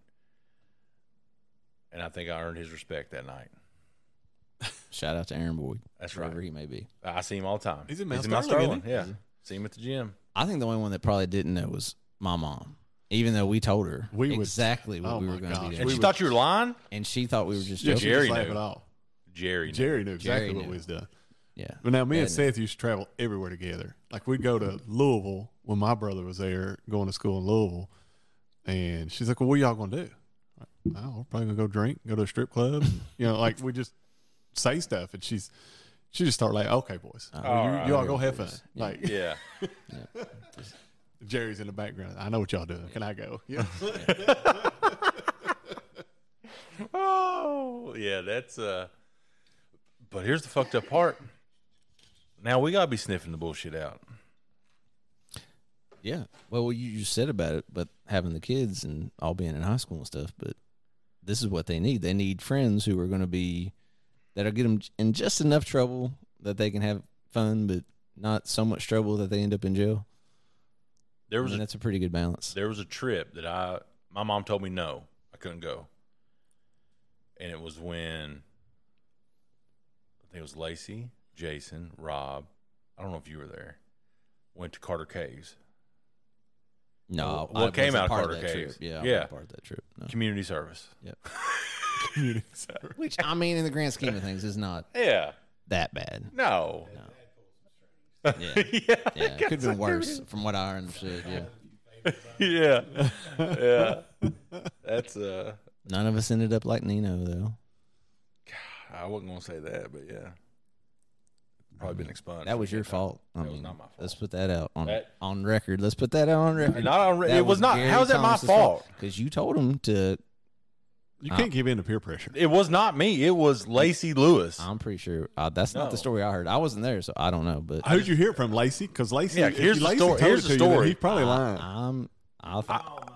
S3: And I think I earned his respect that night.
S5: Shout out to Aaron Boyd.
S3: That's
S5: wherever
S3: right.
S5: he may be.
S3: I see him all the time.
S4: He's in Mount Sterling, isn't he? Mm-hmm.
S3: Yeah. See him at the gym.
S5: I think the only one that probably didn't know was my mom. Even though we told her
S4: We would-
S5: exactly what
S4: oh
S5: we
S4: my
S5: were going to
S4: gosh.
S5: be
S3: And
S4: We
S3: she
S4: would-
S3: thought you were lying?
S5: and she thought we were just
S4: Just
S5: joking.
S3: Jerry
S4: laugh
S3: knew.
S4: it off.
S3: Jerry. knew.
S4: Jerry knew exactly
S5: Jerry
S4: what
S5: knew.
S4: we was doing.
S5: Yeah.
S4: But now me and
S5: Bad
S4: Seth used to travel everywhere together. Like we'd go to Louisville when my brother was there going to school in Louisville, and she's like, "Well, what y'all gonna do?" Like, oh, we're probably gonna go drink, go to a strip club. you know, like we just say stuff, and she's she just start like, "Okay, boys,
S3: All
S4: you,
S3: right.
S4: all go have fun." Like
S3: Oh, Yeah.
S4: Jerry's in the background. I know what y'all doing. Can I go? Yeah.
S3: Oh, yeah, that's uh But here's the fucked up part. Now we got to be sniffing the bullshit out.
S5: Yeah. Well, you, you said about it, but having the kids and all being in high school and stuff, but this is what they need. They need friends who are going to be, that'll get them in just enough trouble that they can have fun, but not so much trouble that they end up in jail.
S3: There
S5: I
S3: was
S5: mean,
S3: a
S5: that's a pretty good balance.
S3: There was a trip that I my mom told me no, I couldn't go. And it was when I think it was Lacey, Jason, Rob, I don't know if you were there. Went to Carter Caves.
S5: No.
S3: What
S5: I
S3: came
S5: wasn't
S3: out of
S5: part
S3: Carter
S5: that
S3: Caves?
S5: Trip. Yeah. I
S3: Yeah.
S5: wasn't part of that trip. No.
S3: Community service.
S5: Yep. Which, I mean, in the grand scheme of things, is not
S3: Yeah.
S5: that bad.
S3: No.
S5: Yeah. yeah. It could have been worse from what I understood. Yeah.
S3: Yeah. yeah. That's uh
S5: None of us ended up like Nino, though.
S3: I wasn't gonna say that, but yeah. Probably been expunged.
S5: That was your fault. I
S3: That was
S5: mean,
S3: not my fault.
S5: Let's put that out on
S3: That-
S5: on record. Let's put that out on record.
S3: Not on re- it was not- how is that my fault?
S5: Because you told him to.
S4: You
S3: Uh,
S4: can't give in to peer pressure.
S3: It was not me. It was Lacey Lewis.
S5: I'm pretty sure uh, that's not
S3: No.
S5: the story I heard. I wasn't there, so I don't know. But
S4: Who'd you hear it from, Lacey? Because Lacey,
S3: Yeah,
S4: if
S3: here's
S4: you-
S3: the
S4: Lacey
S3: story-
S4: told
S3: here's
S4: it
S3: the
S4: to you, then
S3: story. Uh,
S4: He's probably lying.
S5: I'm. I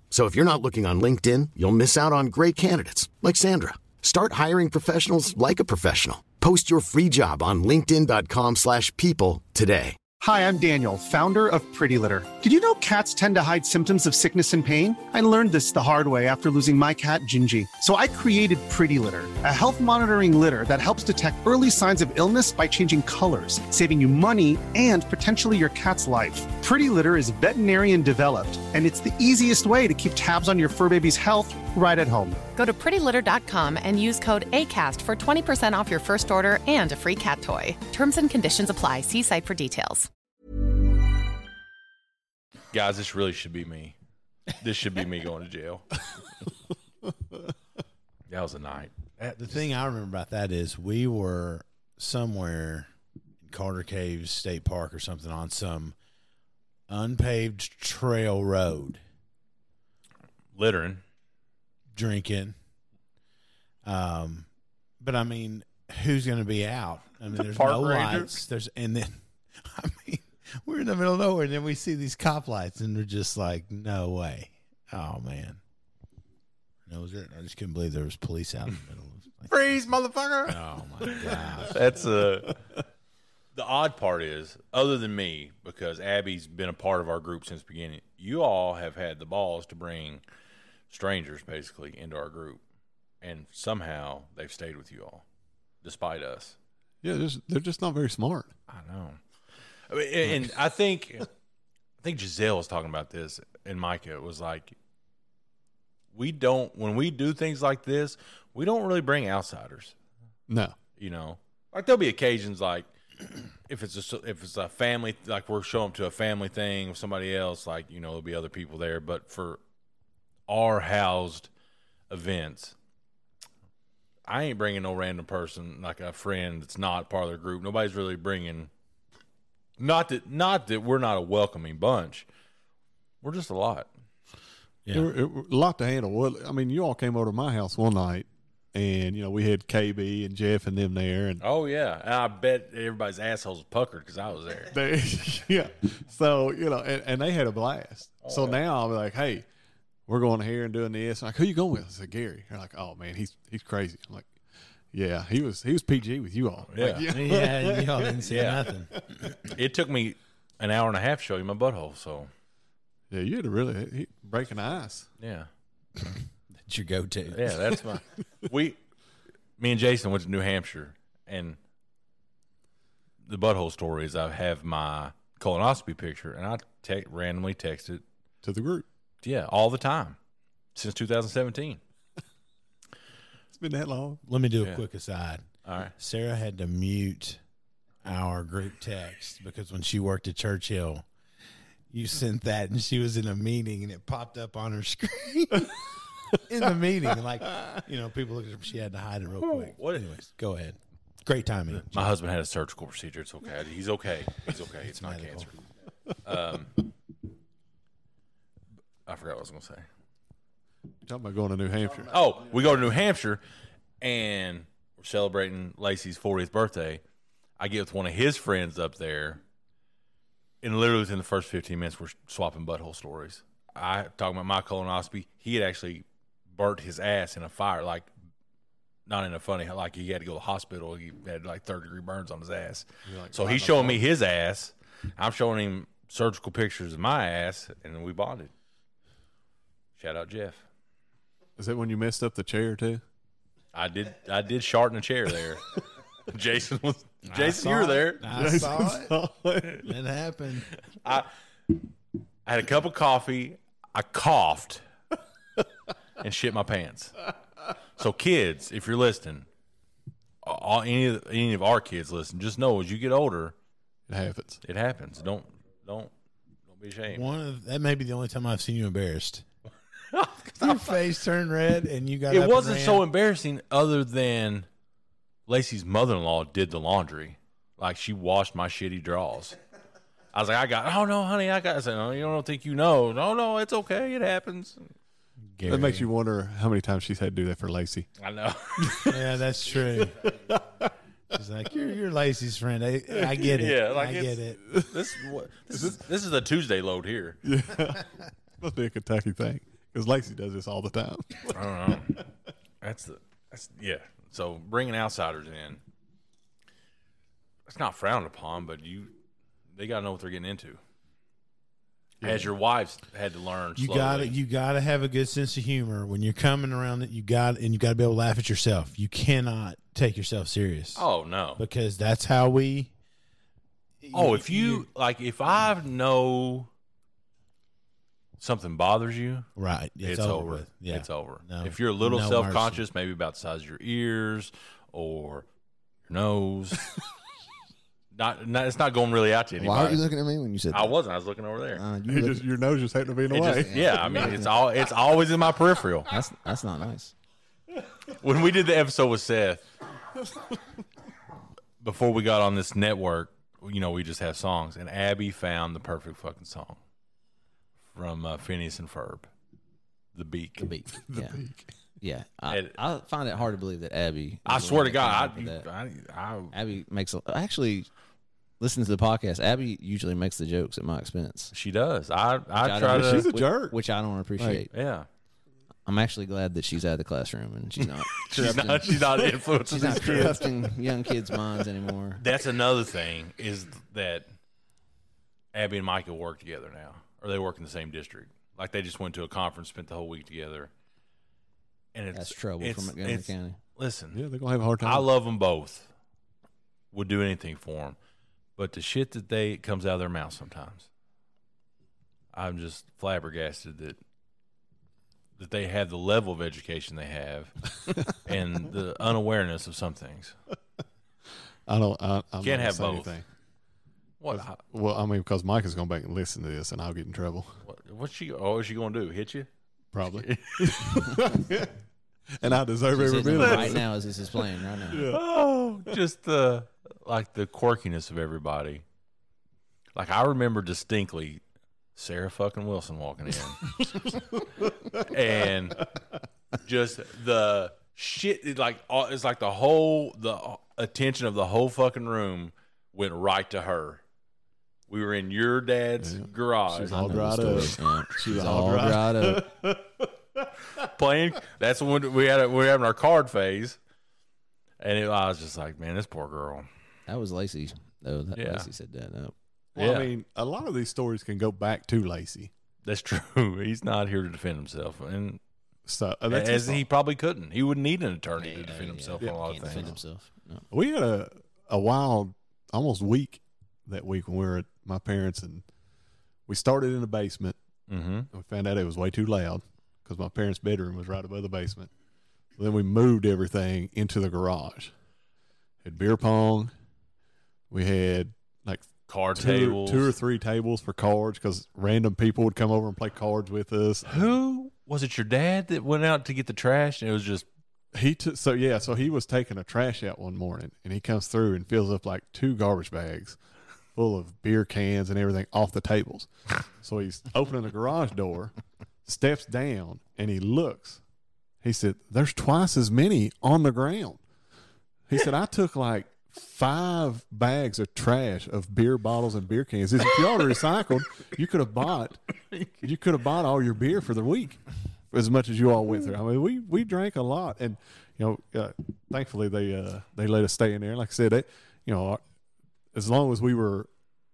S8: So if you're not looking on LinkedIn, you'll miss out on great candidates like Sandra. Start hiring professionals like a professional. Post your free job on linkedin.com/people slash people today.
S1: Hi, I'm Daniel, founder of Pretty Litter. Did you know cats tend to hide symptoms of sickness and pain? I learned this the hard way after losing my cat, Gingy. So I created Pretty Litter, a health monitoring litter that helps detect early signs of illness by changing colors, saving you money and potentially your cat's life. Pretty Litter is veterinarian developed, and it's the easiest way to keep tabs on your fur baby's health right at home.
S9: Go to prettylitter.com and use code ACAST for 20% off your first order and a free cat toy. Terms and conditions apply. See site for details.
S3: guys, this really should be me. This should be me going to jail. that was a night.
S6: The thing I remember about that is we were somewhere in Carter Caves State Park or something on some unpaved trail road
S3: Littering.
S6: drinking. Um, but I mean, who's going to be out? I mean, there's
S3: park
S6: no
S3: ranger?
S6: lights. There's and then, I mean, we're in the middle of nowhere, and then we see these cop lights, and they're just like, no way. Oh man, And that was it. I just couldn't believe there was police out in the middle of. Like,
S3: Freeze, motherfucker.
S6: oh my gosh.
S3: That's uh the odd part is, other than me, because Abby's been a part of our group since the beginning, you all have had the balls to bring strangers basically into our group. And somehow they've stayed with you all, despite us.
S4: Yeah, they're just, they're just not very smart.
S3: I know. I mean, and and I think I think Giselle was talking about this, and Micah was like, "We don't when we do things like this, we don't really bring outsiders.
S4: No.
S3: You know, like there'll be occasions like if it's just if it's a family like we're showing up to a family thing with somebody else, like you know there'll be other people there. But for our housed events, I ain't bringing no random person like a friend that's not part of their group. Nobody's really bringing. Not that not that we're not a welcoming bunch. We're just a lot.
S6: Yeah.
S4: It, it, a lot to handle. Well, I mean, you all came over to my house one night, and you know we had KB and Jeff and them there, and
S3: Oh yeah, and I bet everybody's assholes puckered because I was there.
S4: they, yeah. So you know, and, and they had a blast.
S3: Oh,
S4: so now I'm like, hey, we're going here and doing this. I'm like, who you going with? I said Gary. They're like, oh man, he's he's crazy. I'm like, yeah, he was he was PG with you all.
S3: Yeah.
S4: Like,
S6: yeah, y'all didn't say nothing.
S3: It took me an hour and a half to show you my butthole. So
S4: yeah, you had to really he, breaking the ice.
S3: yeah,
S6: That's your go-to.
S3: yeah, that's my. we, me and Jason went to New Hampshire, and the butthole story is I have my colonoscopy picture, and I te- randomly text it.
S4: to the group.
S3: Yeah, all the time since 2017.
S4: It's been that long.
S6: Let me do a
S3: Yeah.
S6: quick aside.
S3: All right.
S6: Sarah had to mute our group text because when she worked at Churchill, you sent that and she was in a meeting and it popped up on her screen in the meeting. Like, you know, people looked at her, she had to hide it real quick.
S3: What-
S6: Anyways, go ahead. Great timing.
S3: My husband had a surgical procedure. It's okay. He's okay. He's okay. It's, not
S6: medical.
S3: cancer. Um, I forgot what I was going to say.
S4: You're talking about going to New Hampshire.
S3: Oh, we go to New Hampshire and we're celebrating Lacey's 40th birthday. I get with one of his friends up there, and literally within the first 15 minutes, we're swapping butthole stories. I talking about my colonoscopy. He had actually burnt his ass in a fire, like not in a funny, like he had to go to the hospital. He had like third degree burns on his ass. so he's showing me his ass. I'm showing him surgical pictures of my ass, and we bonded. Shout out Jeff.
S4: Is that when you messed up the chair too?
S3: I did. I did shart in a chair there. Jason was. Jason, you were there.
S6: I saw it. It happened.
S3: I had a cup of coffee. I coughed and shit my pants. So, kids, if you're listening, all any of any of our kids listen, just know as you get older,
S4: It happens.
S3: it happens. Don't don't don't be ashamed.
S6: One of that may be the only time I've seen you embarrassed. Your face turned red and you got up
S3: It
S6: and
S3: wasn't so
S6: ran.
S3: embarrassing, other than Lacey's mother-in-law did the laundry. Like she washed my shitty drawers. I was like, I got. Oh no, honey, I got. I said, no, you don't think you know? No, no, it's okay. It happens.
S4: That makes you wonder how many times she's had to do that for Lacey.
S3: I know.
S6: Yeah, that's true. She's like, you're, you're Lacey's friend. I, I get it.
S3: Yeah, like
S6: I
S3: it's-
S6: get it.
S3: this what- this is this is a Tuesday load here.
S4: Must be a Kentucky thing because Lacey does this all the time.
S3: I don't know. That's the that's yeah. So bringing outsiders in, it's not frowned upon, but you they got to know what they're getting into. As your wives had to learn,
S6: You
S3: slowly.
S6: got to You got to have a good sense of humor when you're coming around. That you got, and you got to be able to laugh at yourself. You cannot take yourself serious
S3: Oh no!
S6: because that's how we.
S3: oh, if you, like, if I know something bothers you,
S6: right,
S3: it's, over.
S6: with. Yeah,
S3: It's over.
S6: No-
S3: if you're a little
S6: no mercy.
S3: self conscious, maybe about the size of your ears or your nose, not, not it's not going really out to
S2: Why are
S3: anybody.
S2: you looking at me when you said
S3: I
S2: that?
S3: wasn't. I was looking over there.
S2: Uh, you
S4: You
S2: look-
S4: just, your nose just happened to be in the
S3: It
S4: way.
S3: just- yeah, I mean, it's all it's always in my peripheral.
S5: That's that's not nice.
S3: when we did the episode with Seth, before we got on this network, you know, we just have songs, and Abby found the perfect fucking song from uh, Phineas and Ferb, "The Beak."
S5: The beak. yeah. Yeah. I,
S3: And-
S5: I find it hard to believe that Abby.
S3: I
S5: is the
S3: swear
S5: one
S3: to
S5: that came up
S3: God,
S5: with
S3: I,
S5: that.
S3: I, I,
S5: Abby makes a, actually listen to the podcast. Abby usually makes the jokes at my expense,
S3: she does. I I try
S5: I don't-
S3: to.
S4: She's a jerk.
S5: which I don't appreciate.
S3: yeah,
S5: I'm actually glad that she's out of the classroom and she's not.
S3: she's not. She's not influencing
S5: She's not
S3: these kids.
S5: corrupting young kids' minds anymore.
S3: That's another thing is that Abby and Michael work together now, or they work in the same district. Like they just went to a conference, spent the whole week together, and it's
S5: That's trouble
S3: it's-
S5: for Montgomery
S3: it's-
S5: County.
S3: Listen,
S4: yeah, they're gonna have a hard time.
S3: I love them both. Would do anything for them, but the shit that they it comes out of their mouth sometimes, I'm just flabbergasted that that they have the level of education they have and the unawareness of some things.
S4: I don't. I, I'm
S3: Can't
S4: not
S3: have
S4: say
S3: both.
S4: Anything.
S3: What?
S4: Well, I mean, because Micah's going back and listen to this, and I'll get in trouble
S3: what what's she? Oh, is she going to do? Hit you?
S4: probably. and I deserve
S5: He's
S4: every bit
S5: hitting
S4: of
S5: them right
S4: it.
S5: now as this is playing right now.
S3: Oh, just the like the quirkiness of everybody. Like I remember distinctly Sarah fucking Wilson walking in, and just the shit. It like all- it's like the whole the attention of the whole fucking room went right to her. We were in your dad's garage
S4: She's all dried
S5: Yeah,
S4: up.
S5: She's all dried up.
S3: playing. That's when we had a, we were having our card phase, and it, I was just like, man, this poor girl.
S5: That was Lacey. No, that
S3: Yeah.
S5: Lacey said that. No.
S4: Well,
S3: Yeah.
S4: I mean, a lot of these stories can go back to Lacey.
S3: That's true. He's not here to defend himself, and
S4: So uh, that's
S3: as
S4: his
S3: he
S4: fault.
S3: probably couldn't. He would need an attorney to defend himself on a lot
S5: Can't
S3: of
S5: defend
S3: things.
S5: himself. No.
S4: we had a a wild, almost week that week when we were at my parents, and we started in the basement.
S3: Mm-hmm.
S4: And we found out it was way too loud because my parents' bedroom was right above the basement. So then we moved everything into the garage. Had beer pong. We had like
S3: Card
S4: two,
S3: tables.
S4: two or three tables for cards because random people would come over and play cards with us.
S3: Who was it? Your dad that went out to get the trash, and it was just
S4: He took so yeah, so he was taking a trash out one morning, and he comes through and fills up like two garbage bags full of beer cans and everything off the tables. So he's opening the garage door, steps down, and he looks. He said, "There's twice as many on the ground." He said, "I took like." Five bags of trash of beer bottles and beer cans. He said, If y'all had recycled, you could have bought, you could have bought all your beer for the week as much as you all went through. I mean, we we drank a lot, and you know, uh, thankfully they uh, they let us stay in there. Like I said, they, you know, our- as long as we were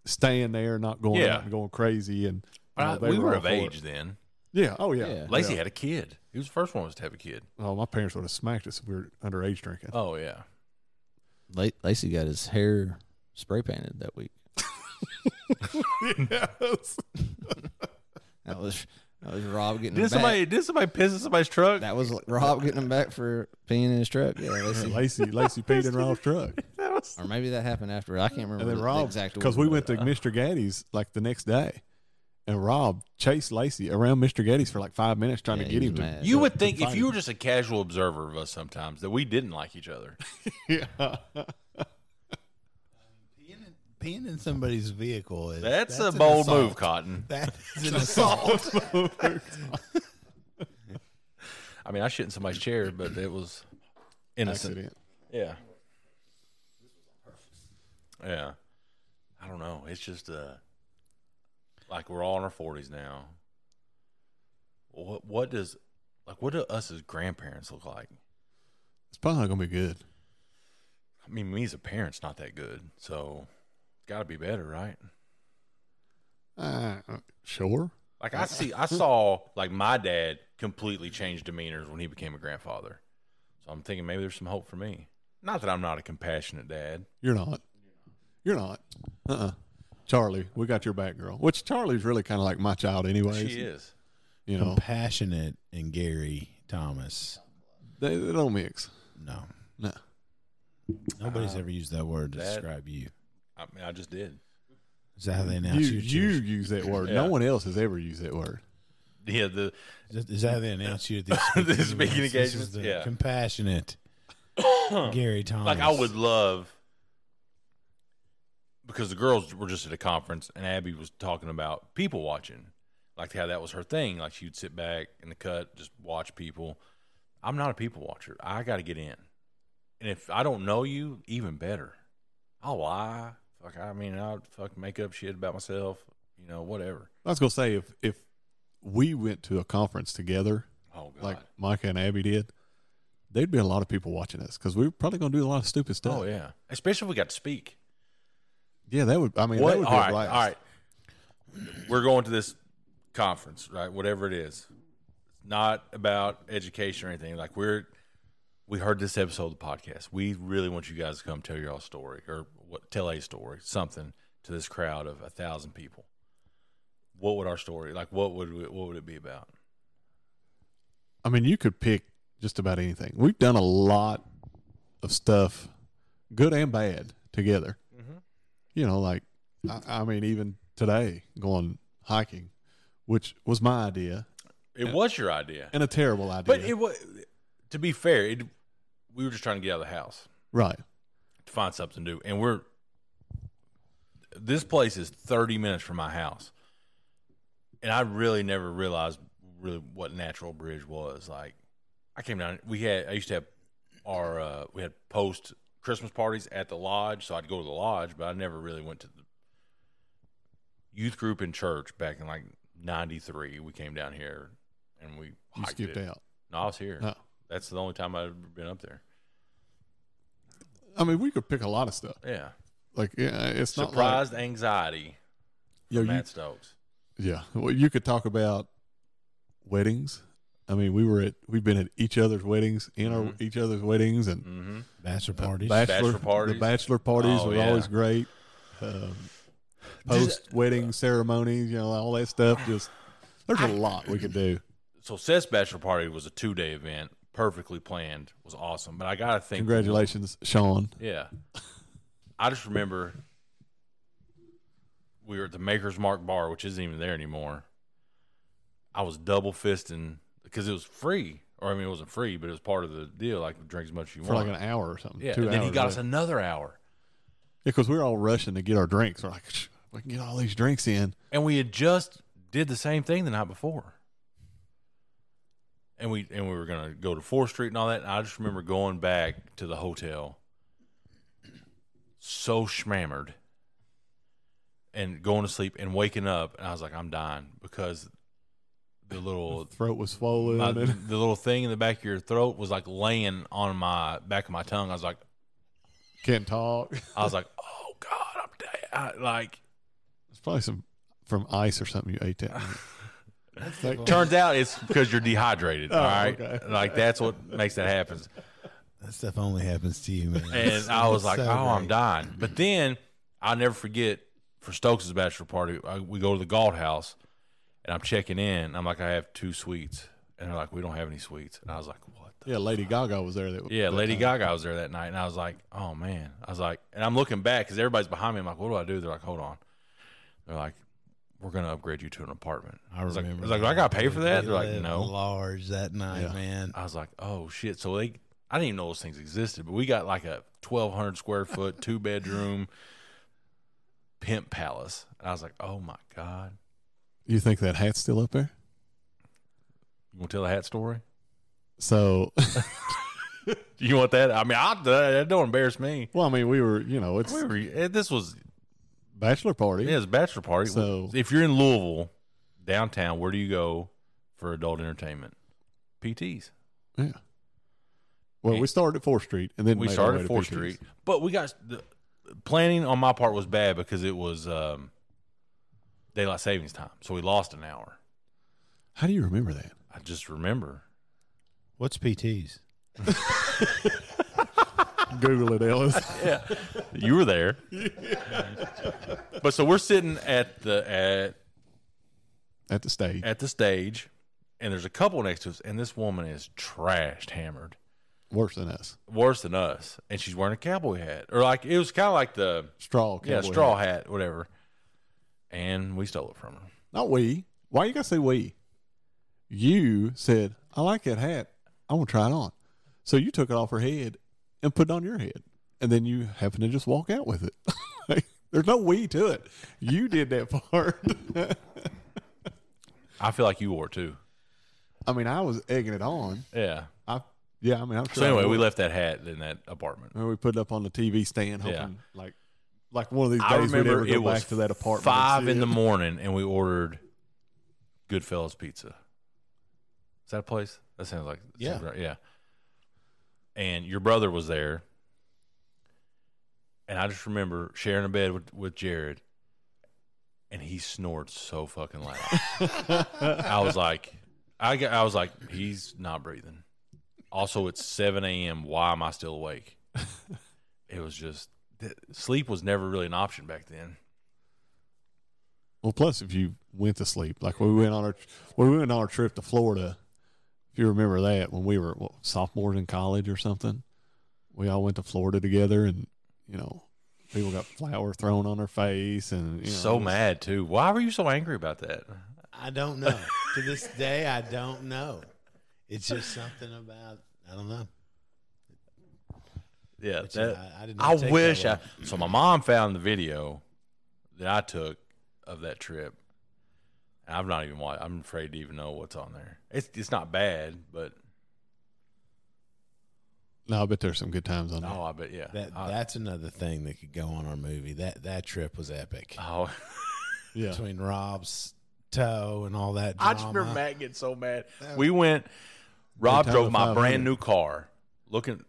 S4: staying there, not going
S3: Yeah.
S4: out and going crazy, and you know,
S3: Uh,
S4: they
S3: we were
S4: all
S3: of
S4: for it.
S3: age then.
S4: Yeah. Oh yeah.
S5: Yeah.
S3: Lacey had a kid. He was the first one was to have a kid.
S4: Oh, my parents would have smacked us if we were underage drinking.
S3: Oh yeah.
S5: La- Lacey got his hair spray painted that week.
S4: yes.
S5: That was that was Rob getting. him
S3: Did somebody did somebody piss in somebody's truck?
S5: Back. That was Rob getting him back for peeing in his truck. Yeah, Lacey.
S4: Lacey Lacey peed in Rob's truck,
S5: or maybe that happened after. I can't remember
S4: and then
S5: the, the
S4: Rob
S5: exact
S4: because
S5: order,
S4: we
S5: but-
S4: went to Mr. Gaddy's like the next day, and Rob chased Lacey around Mr. Gaddy's for like five minutes trying
S5: Yeah,
S4: to
S5: he
S4: get
S5: was
S4: him to
S5: mad.
S3: you would think if you were just a casual observer of us sometimes that we didn't like each other.
S6: Peeing in somebody's vehicle is
S3: That's, a
S6: an
S3: bold
S6: assault.
S3: move, Cotton.
S6: That is an assault.
S3: I mean, I shit in somebody's chair, but it was innocent.
S4: accident.
S3: Yeah. Yeah. I don't know. It's just uh like we're all in our forties now. What what does like what do us as grandparents look like?
S4: It's probably not gonna be good.
S3: I mean, me as a parent's not that good, so it's gotta be better, right?
S4: Uh, sure.
S3: Like I see I saw like my dad completely change demeanors when he became a grandfather. So I'm thinking maybe there's some hope for me. Not that I'm not a compassionate dad.
S4: You're not. You're not. Uh uh Charlie, we got your back, girl. Which Charlie's really kind of like my child, anyways.
S3: She is.
S4: You know,
S6: Compassionate and Gary Thomas.
S4: they, they don't mix.
S6: No,
S4: No.
S6: nobody's ever used that word to
S3: Ah. that-
S6: describe you.
S3: I mean, I just did.
S6: Is that how they announce
S4: You,
S6: you?
S4: you use that word. No
S3: Yeah.
S4: one else has ever used that word.
S3: Yeah, the
S6: Is that how they announce you at these
S3: The
S6: speaking
S3: speaking
S6: engagements? This is
S3: engagements,
S6: the
S3: yeah.
S6: Compassionate Gary Thomas.
S3: like I would love because the girls were just at a conference and Abby was talking about people watching, like how that was her thing. Like she'd sit back in the cut, just watch people. I'm not a people watcher. I got to get in, and if I don't know you, even better. I'll lie. Fuck, I mean, I'll fuck make up shit about myself. You know, whatever.
S4: I was gonna say if if we went to a conference together,
S3: Oh god.
S4: like Micah and Abby did, there'd be a lot of people watching us because we were probably gonna do a lot of stupid stuff.
S3: oh yeah, especially if we got to speak.
S4: Yeah, that would. I mean, that would be
S3: all right,
S4: a blast.
S3: all right. We're going to this conference, right? Whatever it is, it's not about education or anything. Like we're we heard this episode of the podcast. We really want you guys to come tell your all story or what tell a story, something to this crowd of a thousand people. What would our story like? What would we, what would it be about?
S4: I mean, you could pick just about anything. We've done a lot of stuff, good and bad, together.
S3: Mm-hmm.
S4: You know, like I, I mean, even today going hiking, which was my idea
S3: It was your idea,
S4: and a terrible idea.
S3: but it was. To be fair, it, we were just trying to get out of the house
S4: right,
S3: to find something to do, and we're. This place is thirty minutes from my house, and I really never realized really what natural bridge was. Like, I came down. We had I used to have our uh, we had post Christmas parties at the lodge, so I'd go to the lodge, but I never really went to the youth group in church back in like '93. We came down here and we
S4: you
S3: hiked
S4: skipped
S3: it.
S4: out.
S3: No, I was here.
S4: No.
S3: That's the only time I've ever been up there.
S4: I mean, we could pick a lot of stuff.
S3: Yeah.
S4: Like, yeah, it's
S3: Surprised anxiety.
S4: not like, yo, you,
S3: Matt Stokes.
S4: yeah. Well, you could talk about weddings. I mean, we were at we've been at each other's weddings, in our each other's weddings, and
S3: Mm-hmm.
S6: Bachelor parties.
S3: Bachelor parties.
S4: The bachelor parties
S3: Oh,
S4: were
S3: yeah.
S4: always great. Um, Post wedding ceremonies, you know, all that stuff. Just there's a lot we could do.
S3: So Seth's bachelor party was a two day event, perfectly planned, was awesome. But I gotta think,
S4: Congratulations, Sean.
S3: yeah. I just remember we were at the Maker's Mark bar, which isn't even there anymore. I was double fisting because it was free, or I mean, it wasn't free, but it was part of the deal. Like drink as much as you
S4: For like
S3: want.
S4: an hour or something.
S3: yeah,
S4: two
S3: and then he
S4: hours,
S3: got
S4: yeah.
S3: us another hour,
S4: Yeah, because we were all rushing to get our drinks. We're like, "Shh, we can get all these drinks in.
S3: and we had just did the same thing the night before. and we and we were gonna go to Fourth Street and all that. And I just remember going back to the hotel, so shmammered, and going to sleep and waking up, and I was like, I'm dying because the little
S4: Throat was swollen.
S3: my,
S4: and-
S3: the little thing in the back of your throat was like laying on my back of my tongue. I was like,
S4: can't talk.
S3: I was like, oh god, I'm dead. I, like,
S4: It's probably some from ice or something you ate that. like,
S3: turns out it's because you're dehydrated.
S6: Oh,
S3: all right,
S4: okay.
S3: like that's what makes that happen.
S6: That stuff only happens to you, man.
S3: and I was like,
S6: So
S3: "Oh, I'm
S6: great.
S3: dying." But then I'll never forget for Stokes' bachelor party. I, we go to the Galt House, and I'm checking in. and I'm like, "I have two suites," and they're like, "We don't have any suites." And I was like, "What?" The?
S4: yeah, Lady Gaga was there. That,
S3: Yeah,
S4: that
S3: Lady
S4: time.
S6: Uh-huh.
S3: Gaga was there that night, and I was like, "Oh man!" I was like, and I'm looking back because everybody's behind me. I'm like, "What do I do?" They're like, "Hold on." They're like, "We're gonna upgrade you to an apartment."
S6: I
S3: was like,
S6: remember.
S3: was like, "Do I gotta pay for that?" They're like, "No."
S6: Large that night,
S4: Yeah.
S6: man.
S3: I was like, oh shit. So they, I didn't even know those things existed, but we got like a 1,200 square foot, two bedroom pimp palace. And I was like, oh my God.
S4: You think that hat's still up there?
S3: You want to tell the hat story?
S4: So,
S3: Do you want that? I mean, I, that don't embarrass me.
S4: well, I mean, we were, you know, it's
S3: We were, eh, this was,
S4: bachelor party.
S3: yeah, it was a bachelor party.
S4: So-
S3: if you're in Louisville, downtown, where do you go for adult entertainment? PTs.
S4: Yeah. Well, we started at Fourth Street, and then
S3: we
S4: made our
S3: started
S4: way
S3: at
S4: to
S3: Fourth
S4: PT's.
S3: Street, but we got the planning on my part was bad because it was um, daylight savings time, so we lost an hour.
S4: How do you remember that?
S3: I just remember.
S6: What's PTs?
S4: Google it, Ellis.
S3: You were there. but so we're sitting at the at
S4: at the stage.
S3: at the stage and there's a couple next to us and this woman is trashed hammered.
S4: Worse than us.
S3: Worse than us. And she's wearing a cowboy hat. Or like it was kinda like the
S4: Straw. Cowboy
S3: yeah, straw
S4: hat.
S3: hat, whatever. And we stole it from her.
S4: Not we. Why you gotta say we? You said I like that hat. I want to try it on. So you took it off her head and put it on your head, and then you happened to just walk out with it. Like, There's no we to it. You did that part.
S3: I feel like you wore it too.
S4: I mean, I was egging it on.
S3: Yeah.
S4: I yeah. I mean, I'm sure.
S3: So
S4: I
S3: anyway, we
S4: would.
S3: left that hat in that apartment.
S4: Remember we put it up on the TV stand, hoping
S3: Yeah.
S4: like like one of these days
S3: I
S4: we'd
S3: remember
S4: ever go
S3: it
S4: back
S3: was
S4: to that apartment. and
S3: five
S4: see
S3: in the
S4: it.
S3: morning, and we ordered Goodfellas Pizza. Is that a place? That sounds like that
S6: Yeah.
S3: sounds right. yeah. And your brother was there, and I just remember sharing a bed with, with Jared, and he snored so fucking loud. I was like, I got, I was like, he's not breathing. Also, it's seven a.m. Why am I still awake? It was just th- sleep was never really an option back then.
S4: Well, plus if you went to sleep, like when we went on our when we went on our trip to Florida, if If you remember that, when we were what, sophomores in college or something, we all went to Florida together, and you know, people got flour thrown on their face, and you know, it
S3: so
S4: was-
S3: mad too. Why were you so angry about that?
S6: I don't know. to this day, I don't know. It's just something about I don't know.
S3: Yeah,
S6: Which
S3: that-
S6: I- I
S3: I,
S6: did not take that
S3: wish I.
S6: well.
S3: So my mom found the video that I took of that trip, and I've not even watched. I'm afraid to even know what's on there. It's it's not bad, but
S4: No, I bet there's some good times on there.
S3: oh, I bet yeah.
S6: That
S3: I-
S6: that's another thing that could go on our movie. That that trip was epic
S3: oh,
S4: yeah,
S6: between Rob's toe and all that.
S3: I just
S6: drama.
S3: remember Matt getting so mad. We went. Rob
S4: Daytona
S3: drove my
S4: 500.
S3: brand new car, looking
S4: and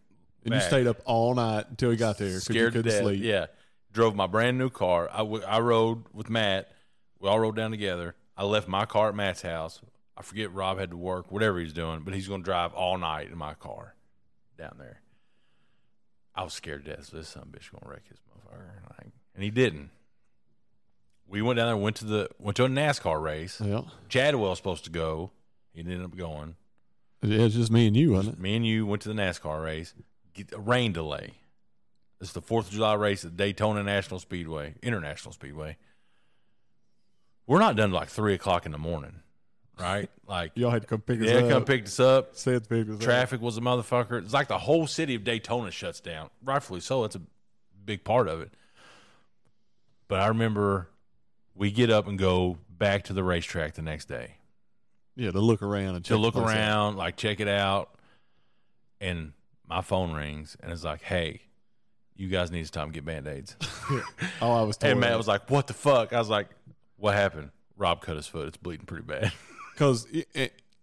S4: you
S3: back.
S4: stayed up all night until you got there. 'cause
S3: scared
S4: you
S3: to
S4: couldn't
S3: death.
S4: sleep.
S3: Yeah, drove my brand new car. I, w- I rode with Matt. We all rode down together. I left my car at Matt's house. I forget Rob had to work, whatever he's doing, but he's going to drive all night in my car down there. I was scared to death. So this son of a bitch going to wreck his motherfucker, like, and he didn't. We went down there, went to the went to a NASCAR race.
S4: yeah.
S3: Chadwell was supposed to go. He ended up going.
S4: It was just me and you, wasn't it?
S3: Me and you went to the NASCAR race. Get a rain delay. It's the Fourth of July race at Daytona National Speedway, International Speedway. We're not done till like three o'clock in the morning, right? Like,
S4: Y'all uh, had to come pick us
S3: yeah,
S4: up.
S3: come pick us up.
S4: Said to pick us up.
S3: Traffic was a motherfucker. It's like the whole city of Daytona shuts down. Rightfully so. That's a big part of it. But I remember we get up and go back to the racetrack the next day
S4: Yeah, to look around and
S3: to
S4: check
S3: look
S4: the place out.
S3: around, like check it out. And my phone rings and it's like, hey, you guys need to stop and get band aids.
S4: Oh, I was. Told
S3: and Matt was like, what the fuck? I was like, what happened? Rob cut his foot. It's bleeding pretty bad.
S4: because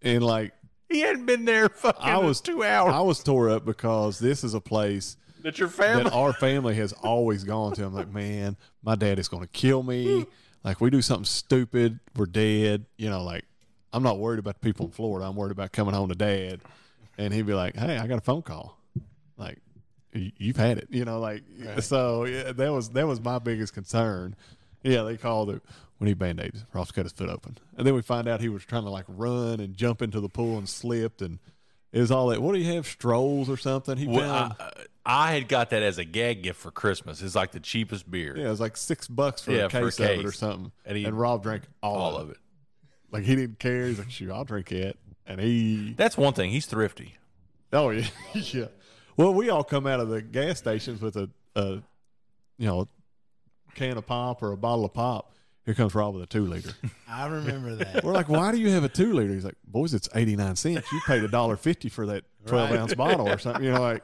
S4: and like
S3: he hadn't been there fucking
S4: I was
S3: two hours.
S4: I was tore up because this is a place
S3: that your family.
S4: that our family has always gone to. I'm like, man, my dad is going to kill me. Like, we do something stupid, we're dead. You know, like, I'm not worried about the people in Florida. I'm worried about coming home to dad. And he'd be like, hey, I got a phone call. Like, y- you've had it. You know, like, so yeah, that was that was my biggest concern. Yeah, they called it when he band aids. Ross cut his foot open. And then we find out he was trying to like run and jump into the pool and slipped. And it was all that. What do you have? Strolls or something? He
S3: Well,
S4: found.
S3: I, I had got that as a gag gift for Christmas. It's like the cheapest beer.
S4: Yeah, it was like six bucks for
S3: Yeah,
S4: a
S3: for a
S4: case of it or
S3: case.
S4: something.
S3: And
S4: And,
S3: he-
S4: Rob drank all,
S3: all of it.
S4: Like he didn't care. He's like, shoot, I'll drink it. And he,
S3: That's one thing. He's thrifty.
S4: oh yeah, yeah. Well, we all come out of the gas stations with a, a, you know, can of pop or a bottle of pop. Here comes Rob with a two liter.
S6: I remember that.
S4: We're like, why do you have a two liter? He's like, boys, it's eighty nine cents. You paid a dollar fifty for that twelve
S6: Right.
S4: ounce bottle or something. You know, like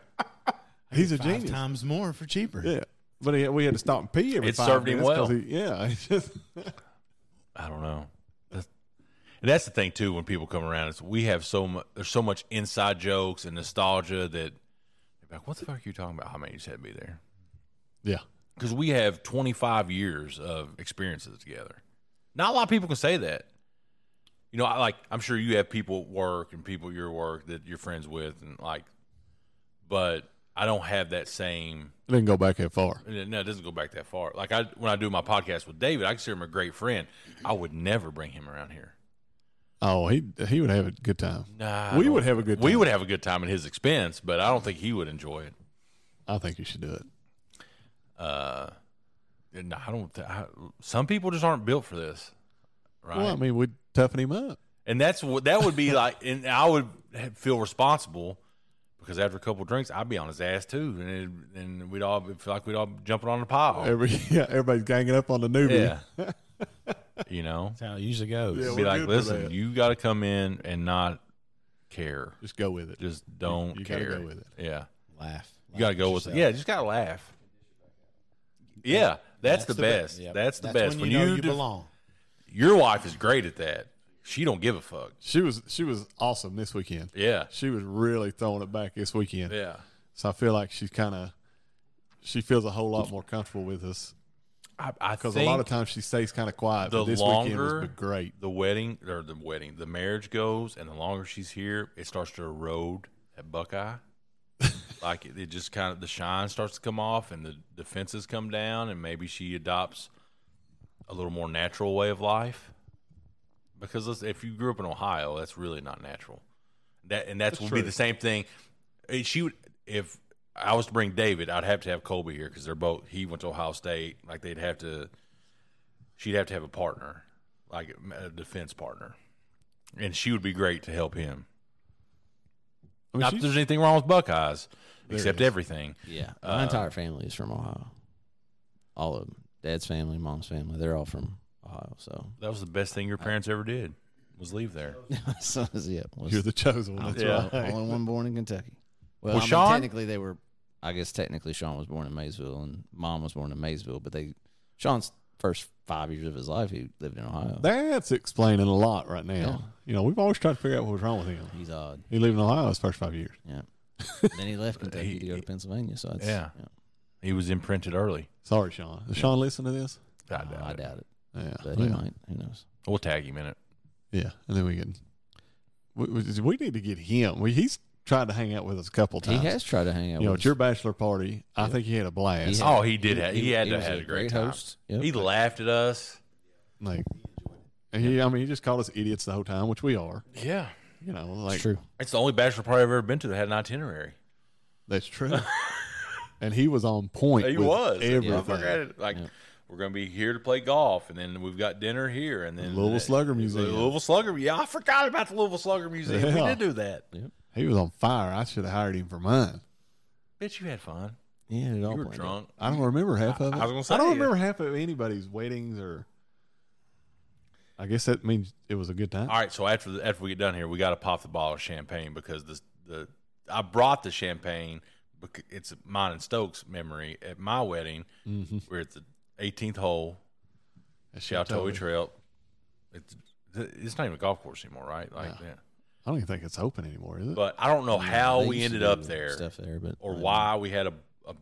S4: he's a
S6: Five
S4: genius.
S6: times more for cheaper.
S4: Yeah, but he, we had to stop and pee every.
S3: It
S4: five
S3: served him
S4: minutes 'cause
S3: well.
S4: he- yeah, it's just.
S3: I don't know. That's, and that's the thing too. When people come around, is we have so much. There's so much inside jokes and nostalgia that they're like, "What the fuck are you talking about?" I mean, you just had me there
S4: Yeah.
S3: because we have 25 years of experiences together. Not a lot of people can say that. You know, I like. I'm sure you have people at work and people at your work that you're friends with, and like, but I don't have that same
S4: It didn't go back that far.
S3: and it- No, it doesn't go back that far. Like I, when I do my podcast with David, I consider him a great friend. I would never bring him around here.
S4: Oh, he he would have a good time.
S3: Nah, I
S4: we
S3: don't-
S4: would have a good. time.
S3: We would have a good time at his expense, but I don't think he would enjoy it.
S4: I think you should do it.
S3: Uh, and I don't. Th- I, some people just aren't built for this, right?
S4: Well, I mean, we'd toughen him up.
S3: and that's what that would be like. And I would ha- feel responsible because after a couple drinks, I'd be on his ass too, and it, and we'd all be- feel like we'd all be jumping on the pile.
S4: Every yeah, everybody's ganging up on the newbie.
S3: Oh. yeah, you know.
S6: That's how it usually goes.
S4: Yeah,
S3: be
S4: we're
S3: like,
S4: good for
S3: listen,
S4: that."
S3: you got to come in and not care.
S4: Just go with it.
S3: Just don't
S4: you gotta
S3: care.
S4: go with it.
S3: Yeah,
S6: Laugh.
S3: you got to go with it. Yeah, just got to laugh. Yeah, that's, the,
S6: be-
S3: best.
S6: yeah,
S3: That's the best.
S6: When you, know you
S3: do-
S6: belong.
S3: your wife is great at that. She don't give a fuck.
S4: She was she was awesome this weekend.
S3: Yeah,
S4: She was really throwing it back this weekend.
S3: yeah.
S4: So I feel like she's kind of she feels a whole lot more comfortable with us
S3: I, I
S4: because
S3: think
S4: a lot of times she stays kind of quiet.
S3: the
S4: but this weekend
S3: longer
S4: was great.
S3: the wedding or the wedding, the marriage goes, and the longer she's here, it starts to erode that buckeye. like it, it just kind of the shine starts to come off, and the defenses come down, and maybe she adopts a little more natural way of life. Because let's- if you grew up in Ohio, that's really not natural. That and that's,
S4: That's
S3: would be
S4: true.
S3: the same thing. Eh, She would if I was to bring David, I'd have to have Colby here because they're both. He went to Ohio State. Like they'd have to. She'd have to have a partner, like a defense partner, and she would be great to help him.
S4: I mean,
S3: Not that
S4: she's-
S3: there's anything wrong with Buckeyes, except
S4: is.
S3: everything.
S5: Yeah,
S3: Uh,
S5: my entire family is from Ohio. All of them, dad's family, mom's family, they're all from Ohio. So,
S3: That was the best thing your parents ever did was leave there.
S5: so yeah, was-
S4: you're the chosen one.
S5: I'm
S4: That's
S3: Yeah. Oh.
S4: right.
S5: the only one born in Kentucky. Well,
S3: Was
S5: I mean,
S3: Sean?
S5: technically they were. I guess technically Sean was born in Maysville and Mom was born in Maysville, but they Sean's first five years of his life he lived in Ohio.
S4: That's explaining a lot right now.
S5: Yeah.
S4: You know, we've always tried to figure out what was wrong with him.
S5: He's odd.
S4: He lived in Ohio his first five years.
S5: Yeah. then he left Kentucky to go to Pennsylvania. So it's,
S3: Yeah. He was imprinted early.
S4: Sorry, Sean. Does Sean listen to this?
S3: I
S5: I,
S3: doubt
S5: doubt, I
S3: it.
S5: doubt it,
S4: Yeah.
S5: but
S4: well,
S5: he might. Who knows?
S3: We'll tag him in it.
S4: Yeah. And then we can. We, we, we need to get him. We, he's tried to hang out with us a couple
S5: He
S4: times.
S5: has tried to hang out.
S4: You know,
S5: with
S4: at your bachelor party, I think he had a blast.
S5: He had-
S3: Oh, he did. ha- he, had to
S5: was
S3: have had a great, host.
S5: Yep.
S3: He laughed at us.
S4: Like, and he, I mean, he just called us idiots the whole time, which we are.
S3: Yeah,
S4: You know,
S5: It's
S4: like
S5: true.
S3: it's the only bachelor party I've ever been to that had an itinerary.
S4: that's true. and he was on point.
S3: He
S4: with
S3: was
S4: everything.
S3: Motherfucker had it, like
S5: Yeah.
S3: we're gonna be here to play golf, and then we've got dinner here, and then
S4: Louisville Slugger Museum.
S3: The Louisville Slugger. Yeah, I forgot about the Louisville Slugger Museum. We
S4: Yeah.
S3: did do that.
S4: He was on fire. I should have hired him for mine.
S3: Bitch, you had fun.
S5: Yeah, it all
S3: You were
S5: blended.
S3: drunk.
S4: I don't remember half of
S3: I-
S4: it.
S3: I was gonna say,
S4: don't
S3: yeah.
S4: remember half of anybody's weddings or. I guess that means it was a good time.
S3: All right, so after the, after we get done here, we got to pop the bottle of champagne because the the I brought the champagne. bec- It's mine and Stokes' memory at my wedding. We're at the 18th hole, Chautauqua Trail. It's it's not even a golf course anymore, right? Like yeah.
S4: I don't even think it's open anymore, is it?
S3: But I don't know how
S5: They
S3: we
S5: used
S3: ended
S5: to do
S3: up there,
S5: Stuff there, but
S3: or why we had a, a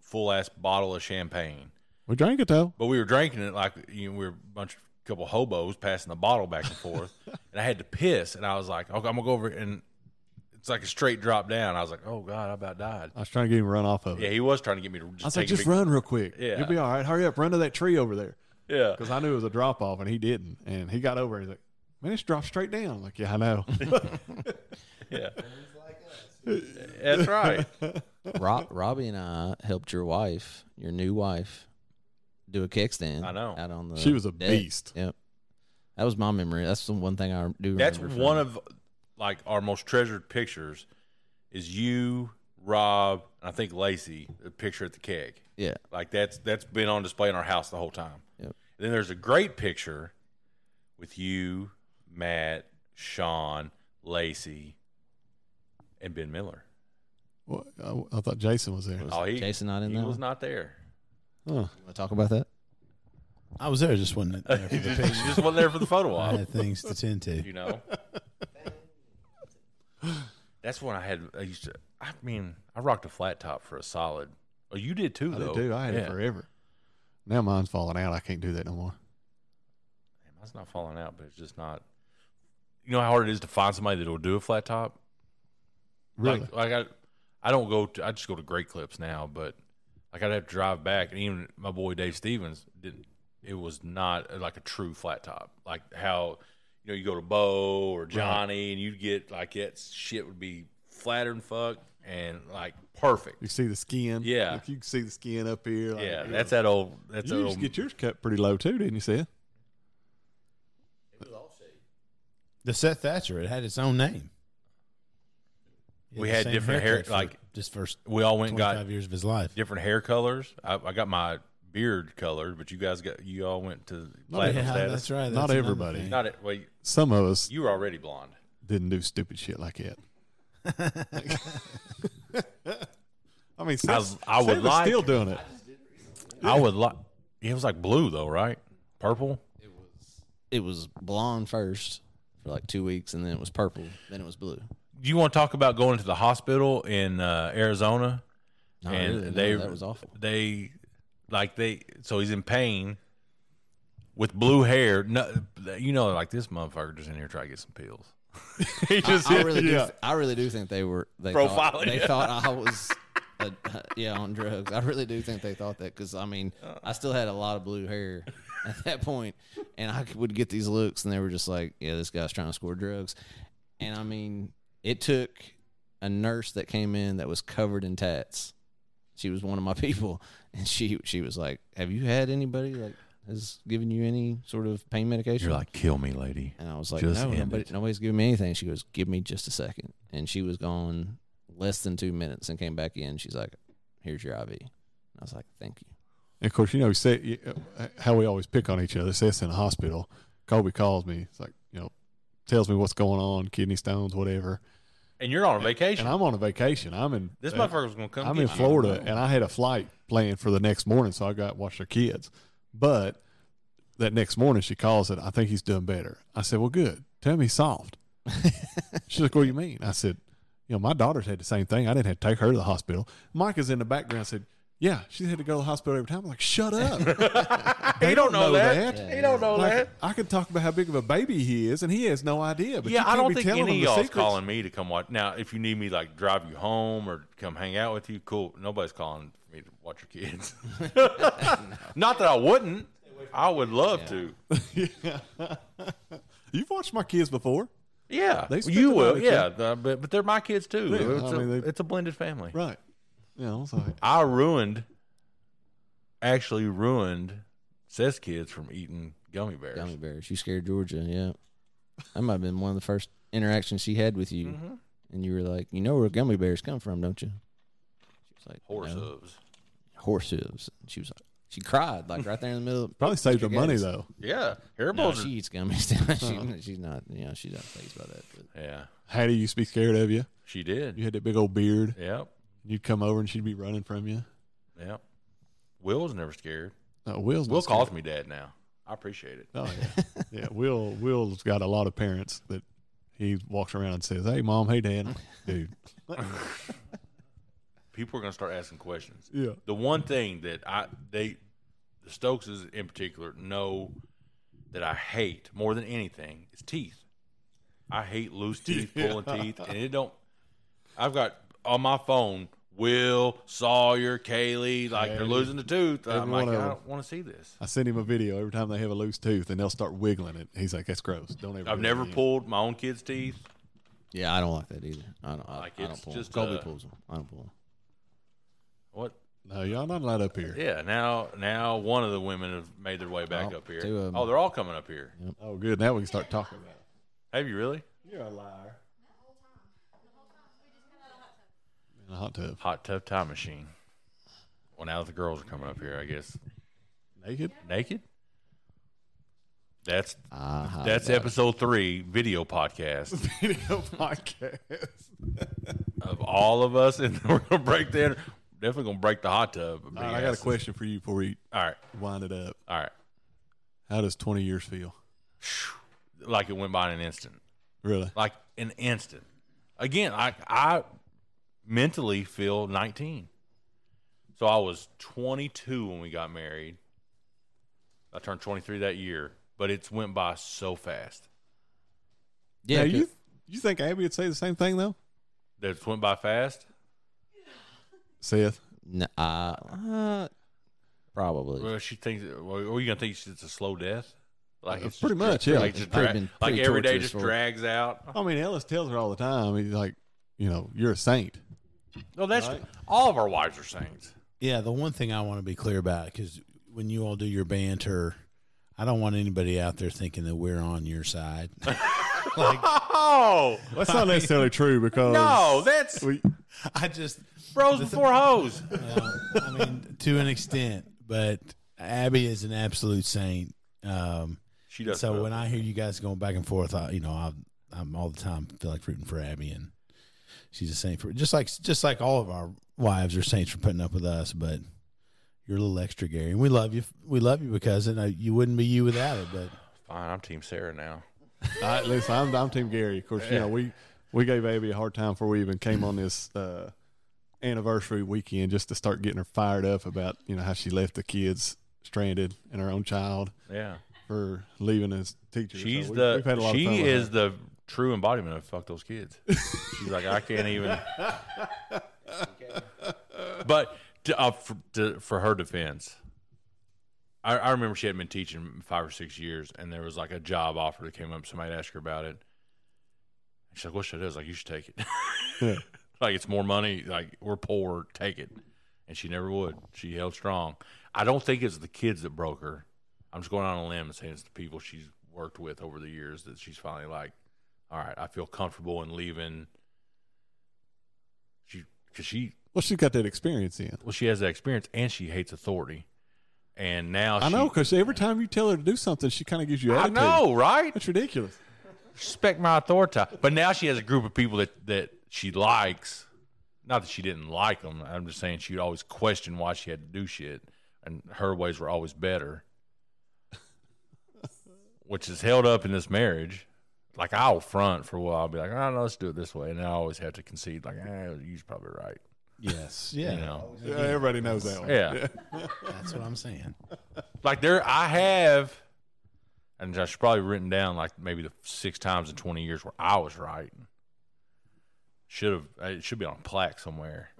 S3: full ass bottle of champagne.
S4: we drank it though.
S3: But we were drinking it like you know, we were a bunch of couple hobos passing the bottle back and forth. and I had to piss, and I was like, "Okay, I'm gonna go over." And it's like a straight drop down. I was like, "Oh God, I about died."
S4: I was trying to get him to run off of it.
S3: Yeah, he was trying to get me to
S4: Uh, I was
S3: just
S4: like,
S3: take a
S4: just
S3: big-
S4: run real quick.
S3: Yeah.
S4: You'll be all right. Hurry up. Run to that tree over there.
S3: Yeah,
S4: Because I knew it was a drop off and he didn't. And he got over and he's like, man, it's dropped straight down. I'm like, yeah, I know.
S3: yeah. That's right.
S5: Rob, Robbie and I helped your wife, your new wife, do a kickstand.
S3: I know.
S5: Out on the
S4: She was a
S5: deck.
S4: beast.
S5: Yep. That was my memory. That's the one thing I do.
S3: That's
S5: remember from
S3: one
S5: it.
S3: of like our most treasured pictures is you, Rob, and I think Lacey, the picture at the keg.
S5: yeah.
S3: Like that's that's been on display in our house the whole time.
S5: Yep.
S3: then there's a great picture with you, Matt, Sean, Lacey, and Ben Miller.
S4: Well, I, I thought Jason was there.
S5: Was
S3: Oh, he-
S5: Jason not in
S3: he
S5: that?
S3: was
S5: one?
S3: not there.
S4: Huh.
S5: You want to talk about that?
S6: I was there, just wasn't there for
S3: he
S6: the
S3: just, he
S6: picture.
S3: just wasn't there for the photo
S6: I
S3: op.
S6: had things to tend to.
S3: You know. That's when I had. I used to. I mean, I rocked a flat top for a solid. Oh, you did too,
S4: I
S3: though.
S4: did too. I had
S3: Yeah.
S4: it forever. Now mine's falling out. I can't do that no more.
S3: Man, Mine's not falling out, but it's just not. You know how hard it is to find somebody that will do a flat top.
S4: Really?
S3: Like, like I, I don't go. To, I just go to Great Clips now, but like I'd have to drive back, and even my boy Dave Stevens didn't. It was not uh, like a true flat top, like how you know you go to Bo or Johnny, and you'd get like that shit would be flatter than fuck and like perfect.
S4: you can see the skin.
S3: Yeah.
S4: Like, you can see the skin up here. like-
S3: Yeah, that's that old. That's that
S4: You
S3: old.
S4: just get yours cut pretty low too, didn't you, Seth?
S6: The Seth Thatcher, it had its own name. He
S3: We
S6: the
S3: had
S6: same
S3: different hair-
S6: haircut for
S3: like,
S6: this first
S3: we all went and got
S6: 25 years of his life.
S3: different hair colors. I, I got my beard colored, but you guys got you all went to
S6: Yeah,
S3: platinum status.
S6: that's right.
S4: Not
S6: that's another
S4: everybody.
S6: thing.
S3: Not it. Well,
S4: Some of us
S3: you were already blonde.
S4: didn't do stupid shit like that. I mean, Seth's-
S3: I would
S4: Seth is
S3: like-
S4: still doing it.
S3: I would like. It was like blue though, right? Purple.
S5: It was blonde first for like two weeks, and then it was purple, then it was blue.
S3: You want to talk about going to the hospital in uh, Arizona?
S5: No,
S3: and
S5: really, no,
S3: they
S5: that was awful.
S3: They like they so he's in pain with blue hair. No, you know, like this motherfucker just in here trying to get some pills. he just
S5: I really,
S4: Yeah.
S5: do, I really do think they were they thought-
S3: Profiling
S5: They
S3: you.
S5: thought I was, uh, yeah, on drugs. I really do think they thought that because I mean, I still had a lot of blue hair at that point, and I would get these looks, and they were just like, "Yeah, this guy's trying to score drugs," and I mean, It took a nurse that came in that was covered in tats. She was one of my people, and she she was like, "Have you had anybody like has given you any sort of pain medication?"
S3: You're like, kill me, lady.
S5: and I was like,
S3: just
S5: "No,
S3: end
S5: nobody,
S3: it."
S5: nobody's giving me anything." She goes, "Give me just a second. and she was gone less than two minutes and came back in. She's like, "Here's your IV." And I was like, "Thank you."
S4: And of course, you know, say, how we always pick on each other. Say it's in the hospital. Kobe calls me. It's like, you know, tells me what's going on, kidney stones, whatever.
S3: And you're on vacation.
S4: And I'm on a vacation. I'm in
S3: this motherfucker's gonna come.
S4: I'm
S3: get
S4: in
S3: you.
S4: Florida, and I had a flight planned for the next morning, so I got watch their kids. But that next morning, she calls it. I think he's doing better. I said, "Well, good. Tell me he's soft." She's like, "What do you mean?" I said, "You know, my daughter's had the same thing. I didn't have to take her to the hospital." Micah's in the background said, "Yeah, she had to go to the hospital every time." I'm like, "Shut up!
S3: He don't know that.
S4: that.
S3: He don't know
S4: Like,
S3: that.
S4: I can talk about how big of a baby he is, and he has no idea." But you
S3: yeah, I
S4: can't
S3: don't
S4: be
S3: think
S4: telling
S3: any
S4: him
S3: of
S4: the
S3: y'all's
S4: secrets.
S3: calling me to come watch. Now, if you need me, like drive you home or come hang out with you, cool. Nobody's calling for me to watch your kids. Not that I wouldn't. I would love to.
S4: You've watched my kids before,
S3: Yeah,
S4: They spent
S3: you
S4: the
S3: will.
S4: night at
S3: Yeah,
S4: you.
S3: the- but but they're my kids too.
S4: Yeah,
S3: it's,
S4: I mean,
S3: a,
S4: they-
S3: it's a blended family.
S4: right? Yeah, I was like,
S3: I ruined, actually ruined, Seth's kids from eating gummy bears.
S5: Gummy bears. You scared Georgia, yeah. That might have been one of the first interactions she had with you.
S3: Mm-hmm.
S5: And you were like, you know where gummy bears come from, don't you? She was like,
S3: Horse
S5: "No."
S3: hooves.
S5: Horse hooves. And she was like, she cried like right there in the middle.
S4: probably saved her
S5: Mr.
S4: money
S5: Gaddis.
S4: though.
S3: Yeah,
S5: No,
S3: hairballs.
S5: she eats gummies.
S3: Uh-huh.
S5: she, she's not, you know, she's not phased by that. But
S3: yeah,
S4: Hattie used to be scared of you.
S3: she did.
S4: You had that big old beard.
S3: Yep,
S4: You'd come over and she'd be running from you.
S3: yep. Will was never scared.
S4: No, Will's not
S3: Will calls
S4: scared.
S3: me dad now. I appreciate it.
S4: Oh yeah, yeah. Will Will's got a lot of parents that he walks around and says, "Hey, mom. Hey, dad. I'm like, Dude.
S3: People are gonna start asking questions.
S4: Yeah.
S3: The one thing that I they the Stokeses in particular know that I hate more than anything is teeth. I hate loose teeth, pulling teeth, and it don't. I've got on my phone Will Sawyer, Kaylee, like they're losing the tooth. I'm like,
S4: every one of
S3: I
S4: them.
S3: don't want to see this.
S4: I send him a video every time they have a loose tooth, and they'll start wiggling it. He's like, "That's gross. Don't ever."
S3: I've
S4: do that
S3: never
S4: again."
S3: pulled my own kids' teeth.
S5: yeah, I don't like that either. I don't. I,
S3: Like,
S5: I
S3: it's
S5: don't pull.
S3: just,
S5: Just, Colby
S3: uh,
S5: pulls them. I don't pull them.
S3: What?
S4: No, y'all not allowed up here.
S3: Yeah. Now, now one of the women have made their way back
S5: Oh,
S3: up here.
S5: two of 'em.
S3: Oh, they're all coming up here.
S4: Oh, good. Now we can start talking about. it.
S3: Have you really?
S4: You're a liar. In a hot tub,
S3: Hot tub time machine. Well, now the girls are coming up here, I guess.
S4: naked.
S3: Naked. That's
S5: I hide
S3: that's
S5: that.
S3: episode three video podcast
S4: Video podcast.
S3: of all of us, and we're gonna break the inter- definitely gonna break the hot tub.
S4: All right, I got a question for you before we
S3: All right,
S4: wind it up.
S3: all right.
S4: How does twenty years feel?
S3: Like it went by in an instant.
S4: Really?
S3: like an instant. Again, I I mentally feel 19. So I was 22 when we got married. I turned 23 that year, but it's went by so fast.
S4: Yeah,
S5: Yeah,
S4: you
S5: 'cause-
S4: you think Abby would say the same thing though?
S3: That it's went by fast.
S4: Seth,
S5: no, I- uh, probably.
S3: Well, she thinks. Well, are you gonna think it's a slow death? Like
S4: Uh,
S3: it's
S4: pretty
S3: just dra-
S4: much, yeah.
S3: Like,
S4: It's
S3: just
S5: probably
S3: dra-
S5: been
S3: like
S5: pretty
S3: every day
S5: torturous
S3: just
S5: for her.
S3: drags out.
S4: I mean, Ellis tells her all the time. He's like, you know, you're a saint.
S3: No, that's all of our wives are saints.
S6: Yeah, the one thing I want to be clear about because when you all do your banter, I don't want anybody out there thinking that we're on your side.
S3: Oh
S4: That's not necessarily true because
S3: no, that's
S4: we,
S6: I just,
S3: bros before hoes.
S6: I mean, to an extent, but Abby is an absolute saint. Um,
S3: She does.
S6: so when I hear you guys going back and forth, I, you know, I, I'm all the time feel like rooting for Abby, and she's a saint for just like just like all of our wives are saints for putting up with us. But you're a little extra, Gary, and we love you. We love you because and uh, you wouldn't be you without it. But
S3: fine, I'm Team Sarah now.
S4: I, listen, I'm, I'm Team Gary. Of course, you know we we gave Abby a hard time before we even came on this uh, anniversary weekend just to start getting her fired up about you know how she left the kids stranded and her own child
S3: Yeah.
S4: for leaving his teacher. So
S3: She's
S4: we-
S3: the
S4: we've had a lot of fun
S3: she
S4: with
S3: is
S4: her.
S3: the true embodiment of fuck those kids. She's like I can't even. But to, uh, for, to, for her defense, I, I remember she hadn't been teaching five or six years, and there was like a job offer that came up. Somebody asked her about it. She's like, what should I do? I was like, you should take it.
S4: Yeah.
S3: like, it's more money. Like, we're poor. Take it. And she never would. She held strong. I don't think it's the kids that broke her. I'm just going out on a limb and saying it's the people she's worked with over the years that she's finally like, all right, I feel comfortable in leaving. She, because she,
S4: Well, she's got that experience in.
S3: well, she has that experience and she hates authority. And now
S4: I
S3: Oh, she,
S4: know because every time you tell her to do something, she kind of gives you.
S3: I
S4: Attitude.
S3: know, right?
S4: That's ridiculous.
S3: respect my authority. But now she has a group of people that that she likes. Not that she didn't like them. I'm just saying she'd always question why she had to do shit, and her ways were always better, which is held up in this marriage. Like I'll front for a while, I'll be like, "Oh no, let's do it this way," and I always have to concede, like, eh, "You're probably right."
S6: Yes. Yeah.
S3: You know,
S4: Yeah, everybody knows that one.
S3: yeah.
S6: That's what I'm saying.
S3: like there I have and I should probably written down like maybe the six times in twenty years where I was right. Should have it should be on a plaque somewhere.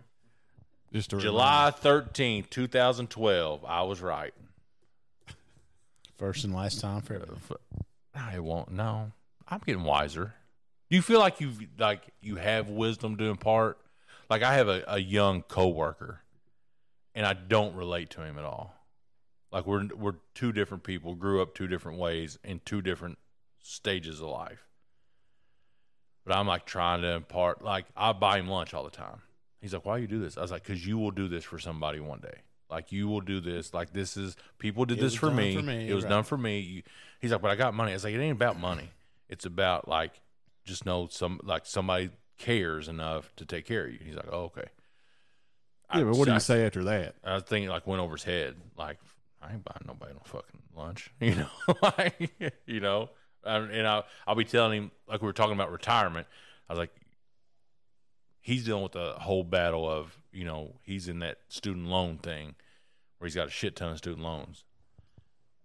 S4: Just to
S3: July thirteenth, two thousand twelve, I was right.
S6: First and last time for everything.
S3: No, it won't no. I'm getting wiser. Do you feel like you've like you have wisdom to impart? Like I have a, a young coworker and I don't relate to him at all. Like we're we're two different people, grew up two different ways in two different stages of life. But I'm like trying to impart like I buy him lunch all the time. He's like, "Why you do this?" I was like, "Cause you will do this for somebody one day. Like you will do this. Like this is people did
S6: It
S3: this
S6: was
S3: for
S6: done
S3: me.
S6: for me,
S3: It was
S6: right.
S3: done for me." You, he's like, "But I got money." I was like, "It ain't about money. It's about like just know some like somebody cares enough to take care of you." He's like, "Oh, okay."
S4: Yeah, but what do
S3: I-
S4: you say after that?
S3: I was thinking like went over his head. Like I ain't buying nobody no fucking lunch, you know. like you know, and and I I'll be telling him like we were talking about retirement. I was like, he's dealing with the whole battle of you know he's in that student loan thing where he's got a shit ton of student loans.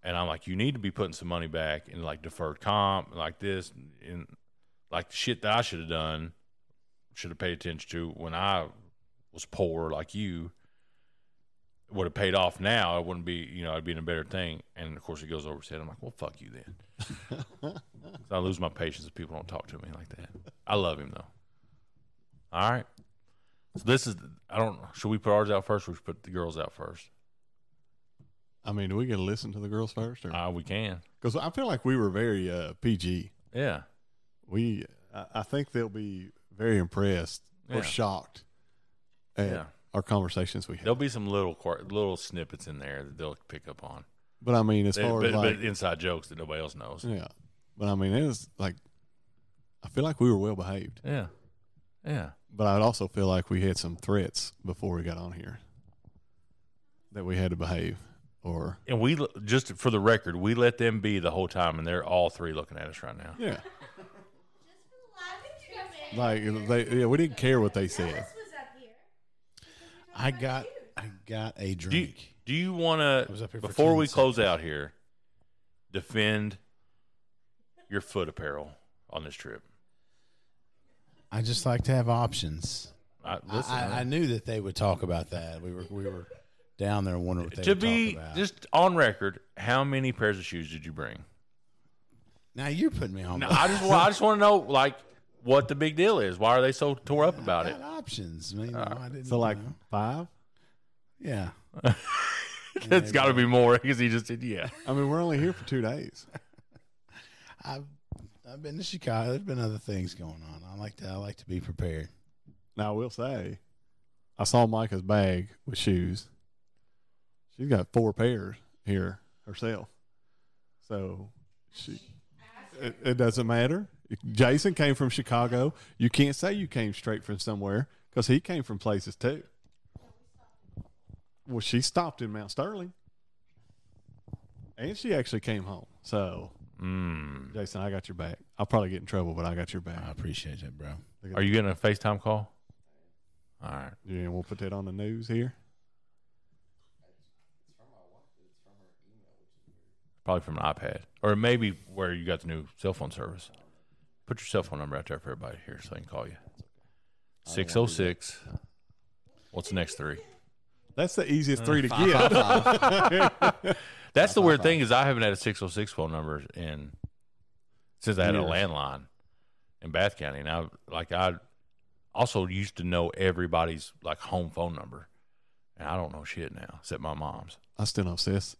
S3: And I'm like, you need to be putting some money back in like deferred comp, like this, and like the shit that I should have done, should have paid attention to when I was poor, like you would have paid off now, it wouldn't be, you know, I'd be in a better thing. And of course, it goes over his head. I'm like, well, fuck you then. 'Cause I lose my patience if people don't talk to me like that. I love him though. All right. So this is, I don't, should we put ours out first or we should put the girls out first?
S4: I mean, do we going to listen to the girls first?
S3: Uh, we can.
S4: Because I feel like we were very uh, PG.
S3: Yeah.
S4: We, I, I think they'll be very impressed
S3: Yeah.
S4: or shocked at
S3: Yeah.
S4: our conversations we
S3: There'll
S4: have.
S3: be some little, quar- little snippets in there that they'll pick up on.
S4: But I mean, as
S3: They-
S4: far
S3: but,
S4: as like,
S3: but inside jokes that nobody else knows.
S4: yeah. But I mean, it was like, I feel like we were well behaved.
S3: Yeah. Yeah.
S4: But I also feel like we had some threats before we got on here that we had to behave or
S3: And we, l- just for the record, we let them be the whole time and they're all three looking at us right now.
S4: Yeah. Like they, yeah, we didn't care what they said.
S6: I got I got a
S3: Do you,
S6: drink.
S3: do you want
S6: I was up
S3: to
S6: here for
S3: before
S6: 10
S3: we close
S6: seconds.
S3: out here defend your foot apparel on this trip?
S6: I just like to have options.
S3: I,
S6: I,
S3: listen,
S6: I, I knew that they would talk about that. We were we were down there wondering what they
S3: to
S6: would
S3: be
S6: talk about.
S3: just on record, how many pairs of shoes did you bring?
S6: now you're putting me on.
S3: No,
S6: blast.
S3: I just wa- I just want to know like what the big deal is. Why are they so tore up about
S6: I
S3: it? Uh,
S6: got options. I mean, you know, I didn't,
S4: So like
S6: you know.
S4: five.
S6: yeah.
S3: It's got to be more because he just said yeah.
S4: I mean, we're only here for two days.
S6: I've I've been to Chicago. There's been other things going on. I like to I like to be prepared.
S4: Now I will say, I saw Micah's bag with shoes. She's got four pairs here herself. So she, it, it doesn't matter. Jason came from Chicago. You can't say you came straight from somewhere because he came from places too. Well, she stopped in Mount Sterling, and she actually came home. So, Jason, I got your back. I'll probably get in trouble, but I got your
S6: I
S4: back.
S6: appreciate it, bro.
S3: Are you getting a FaceTime call? All right.
S4: Yeah, we'll put that on the news here.
S3: probably from an iPad, or maybe where you got the new cell phone service. Put your cell phone number out there for everybody here so they can call you. 606. What's the next three?
S4: That's the easiest three to get.
S3: That's the weird oh thing is I haven't had a 606 phone number in since I had a landline. in Bath County, and I like I also used to know everybody's like home phone number, and I don't know shit now except my mom's.
S4: I still don't say this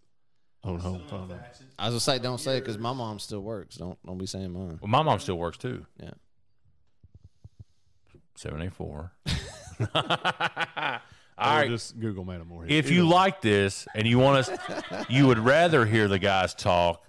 S4: on home phone. number.
S5: I was gonna say, don't say it because my mom still works. Don't don't be saying mine.
S3: Well, my mom still works too.
S5: Yeah.
S3: Seven eight four.
S4: Or
S3: All right.
S4: just Google Madam Moore.
S3: If you like this and you want us, you would rather hear the guys talk,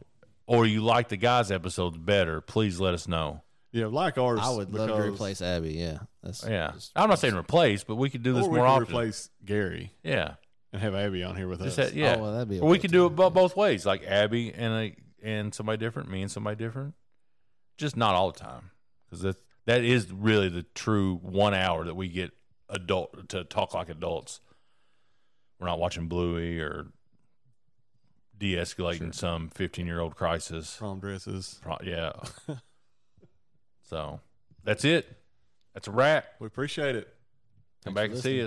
S3: or you like the guys' episodes better. Please let us know.
S4: yeah, like ours.
S5: I would love to
S4: because-
S5: replace Abby. Yeah, that's
S3: Yeah,
S5: just-
S3: I'm not saying replace, but we could do
S4: Or
S3: this
S4: we
S3: more
S4: could
S3: often.
S4: replace Gary
S3: Yeah,
S4: and have Abby on here with
S3: Just
S4: us.
S3: that- yeah.
S5: Oh, well, that'd be
S3: or we
S5: okay,
S3: could do
S5: too.
S3: it bo- both ways, like Abby and a, and somebody different, me and somebody different. Just not all the time, because that that is really the true one hour that we get adult to talk like adults. We're not watching Bluey or de-escalating some 15 year old crisis.
S4: Prom dresses.
S3: Pro- yeah. so that's it. That's a wrap.
S4: We appreciate it.
S3: Come
S5: Thanks
S3: back
S5: for
S3: and see
S5: listening.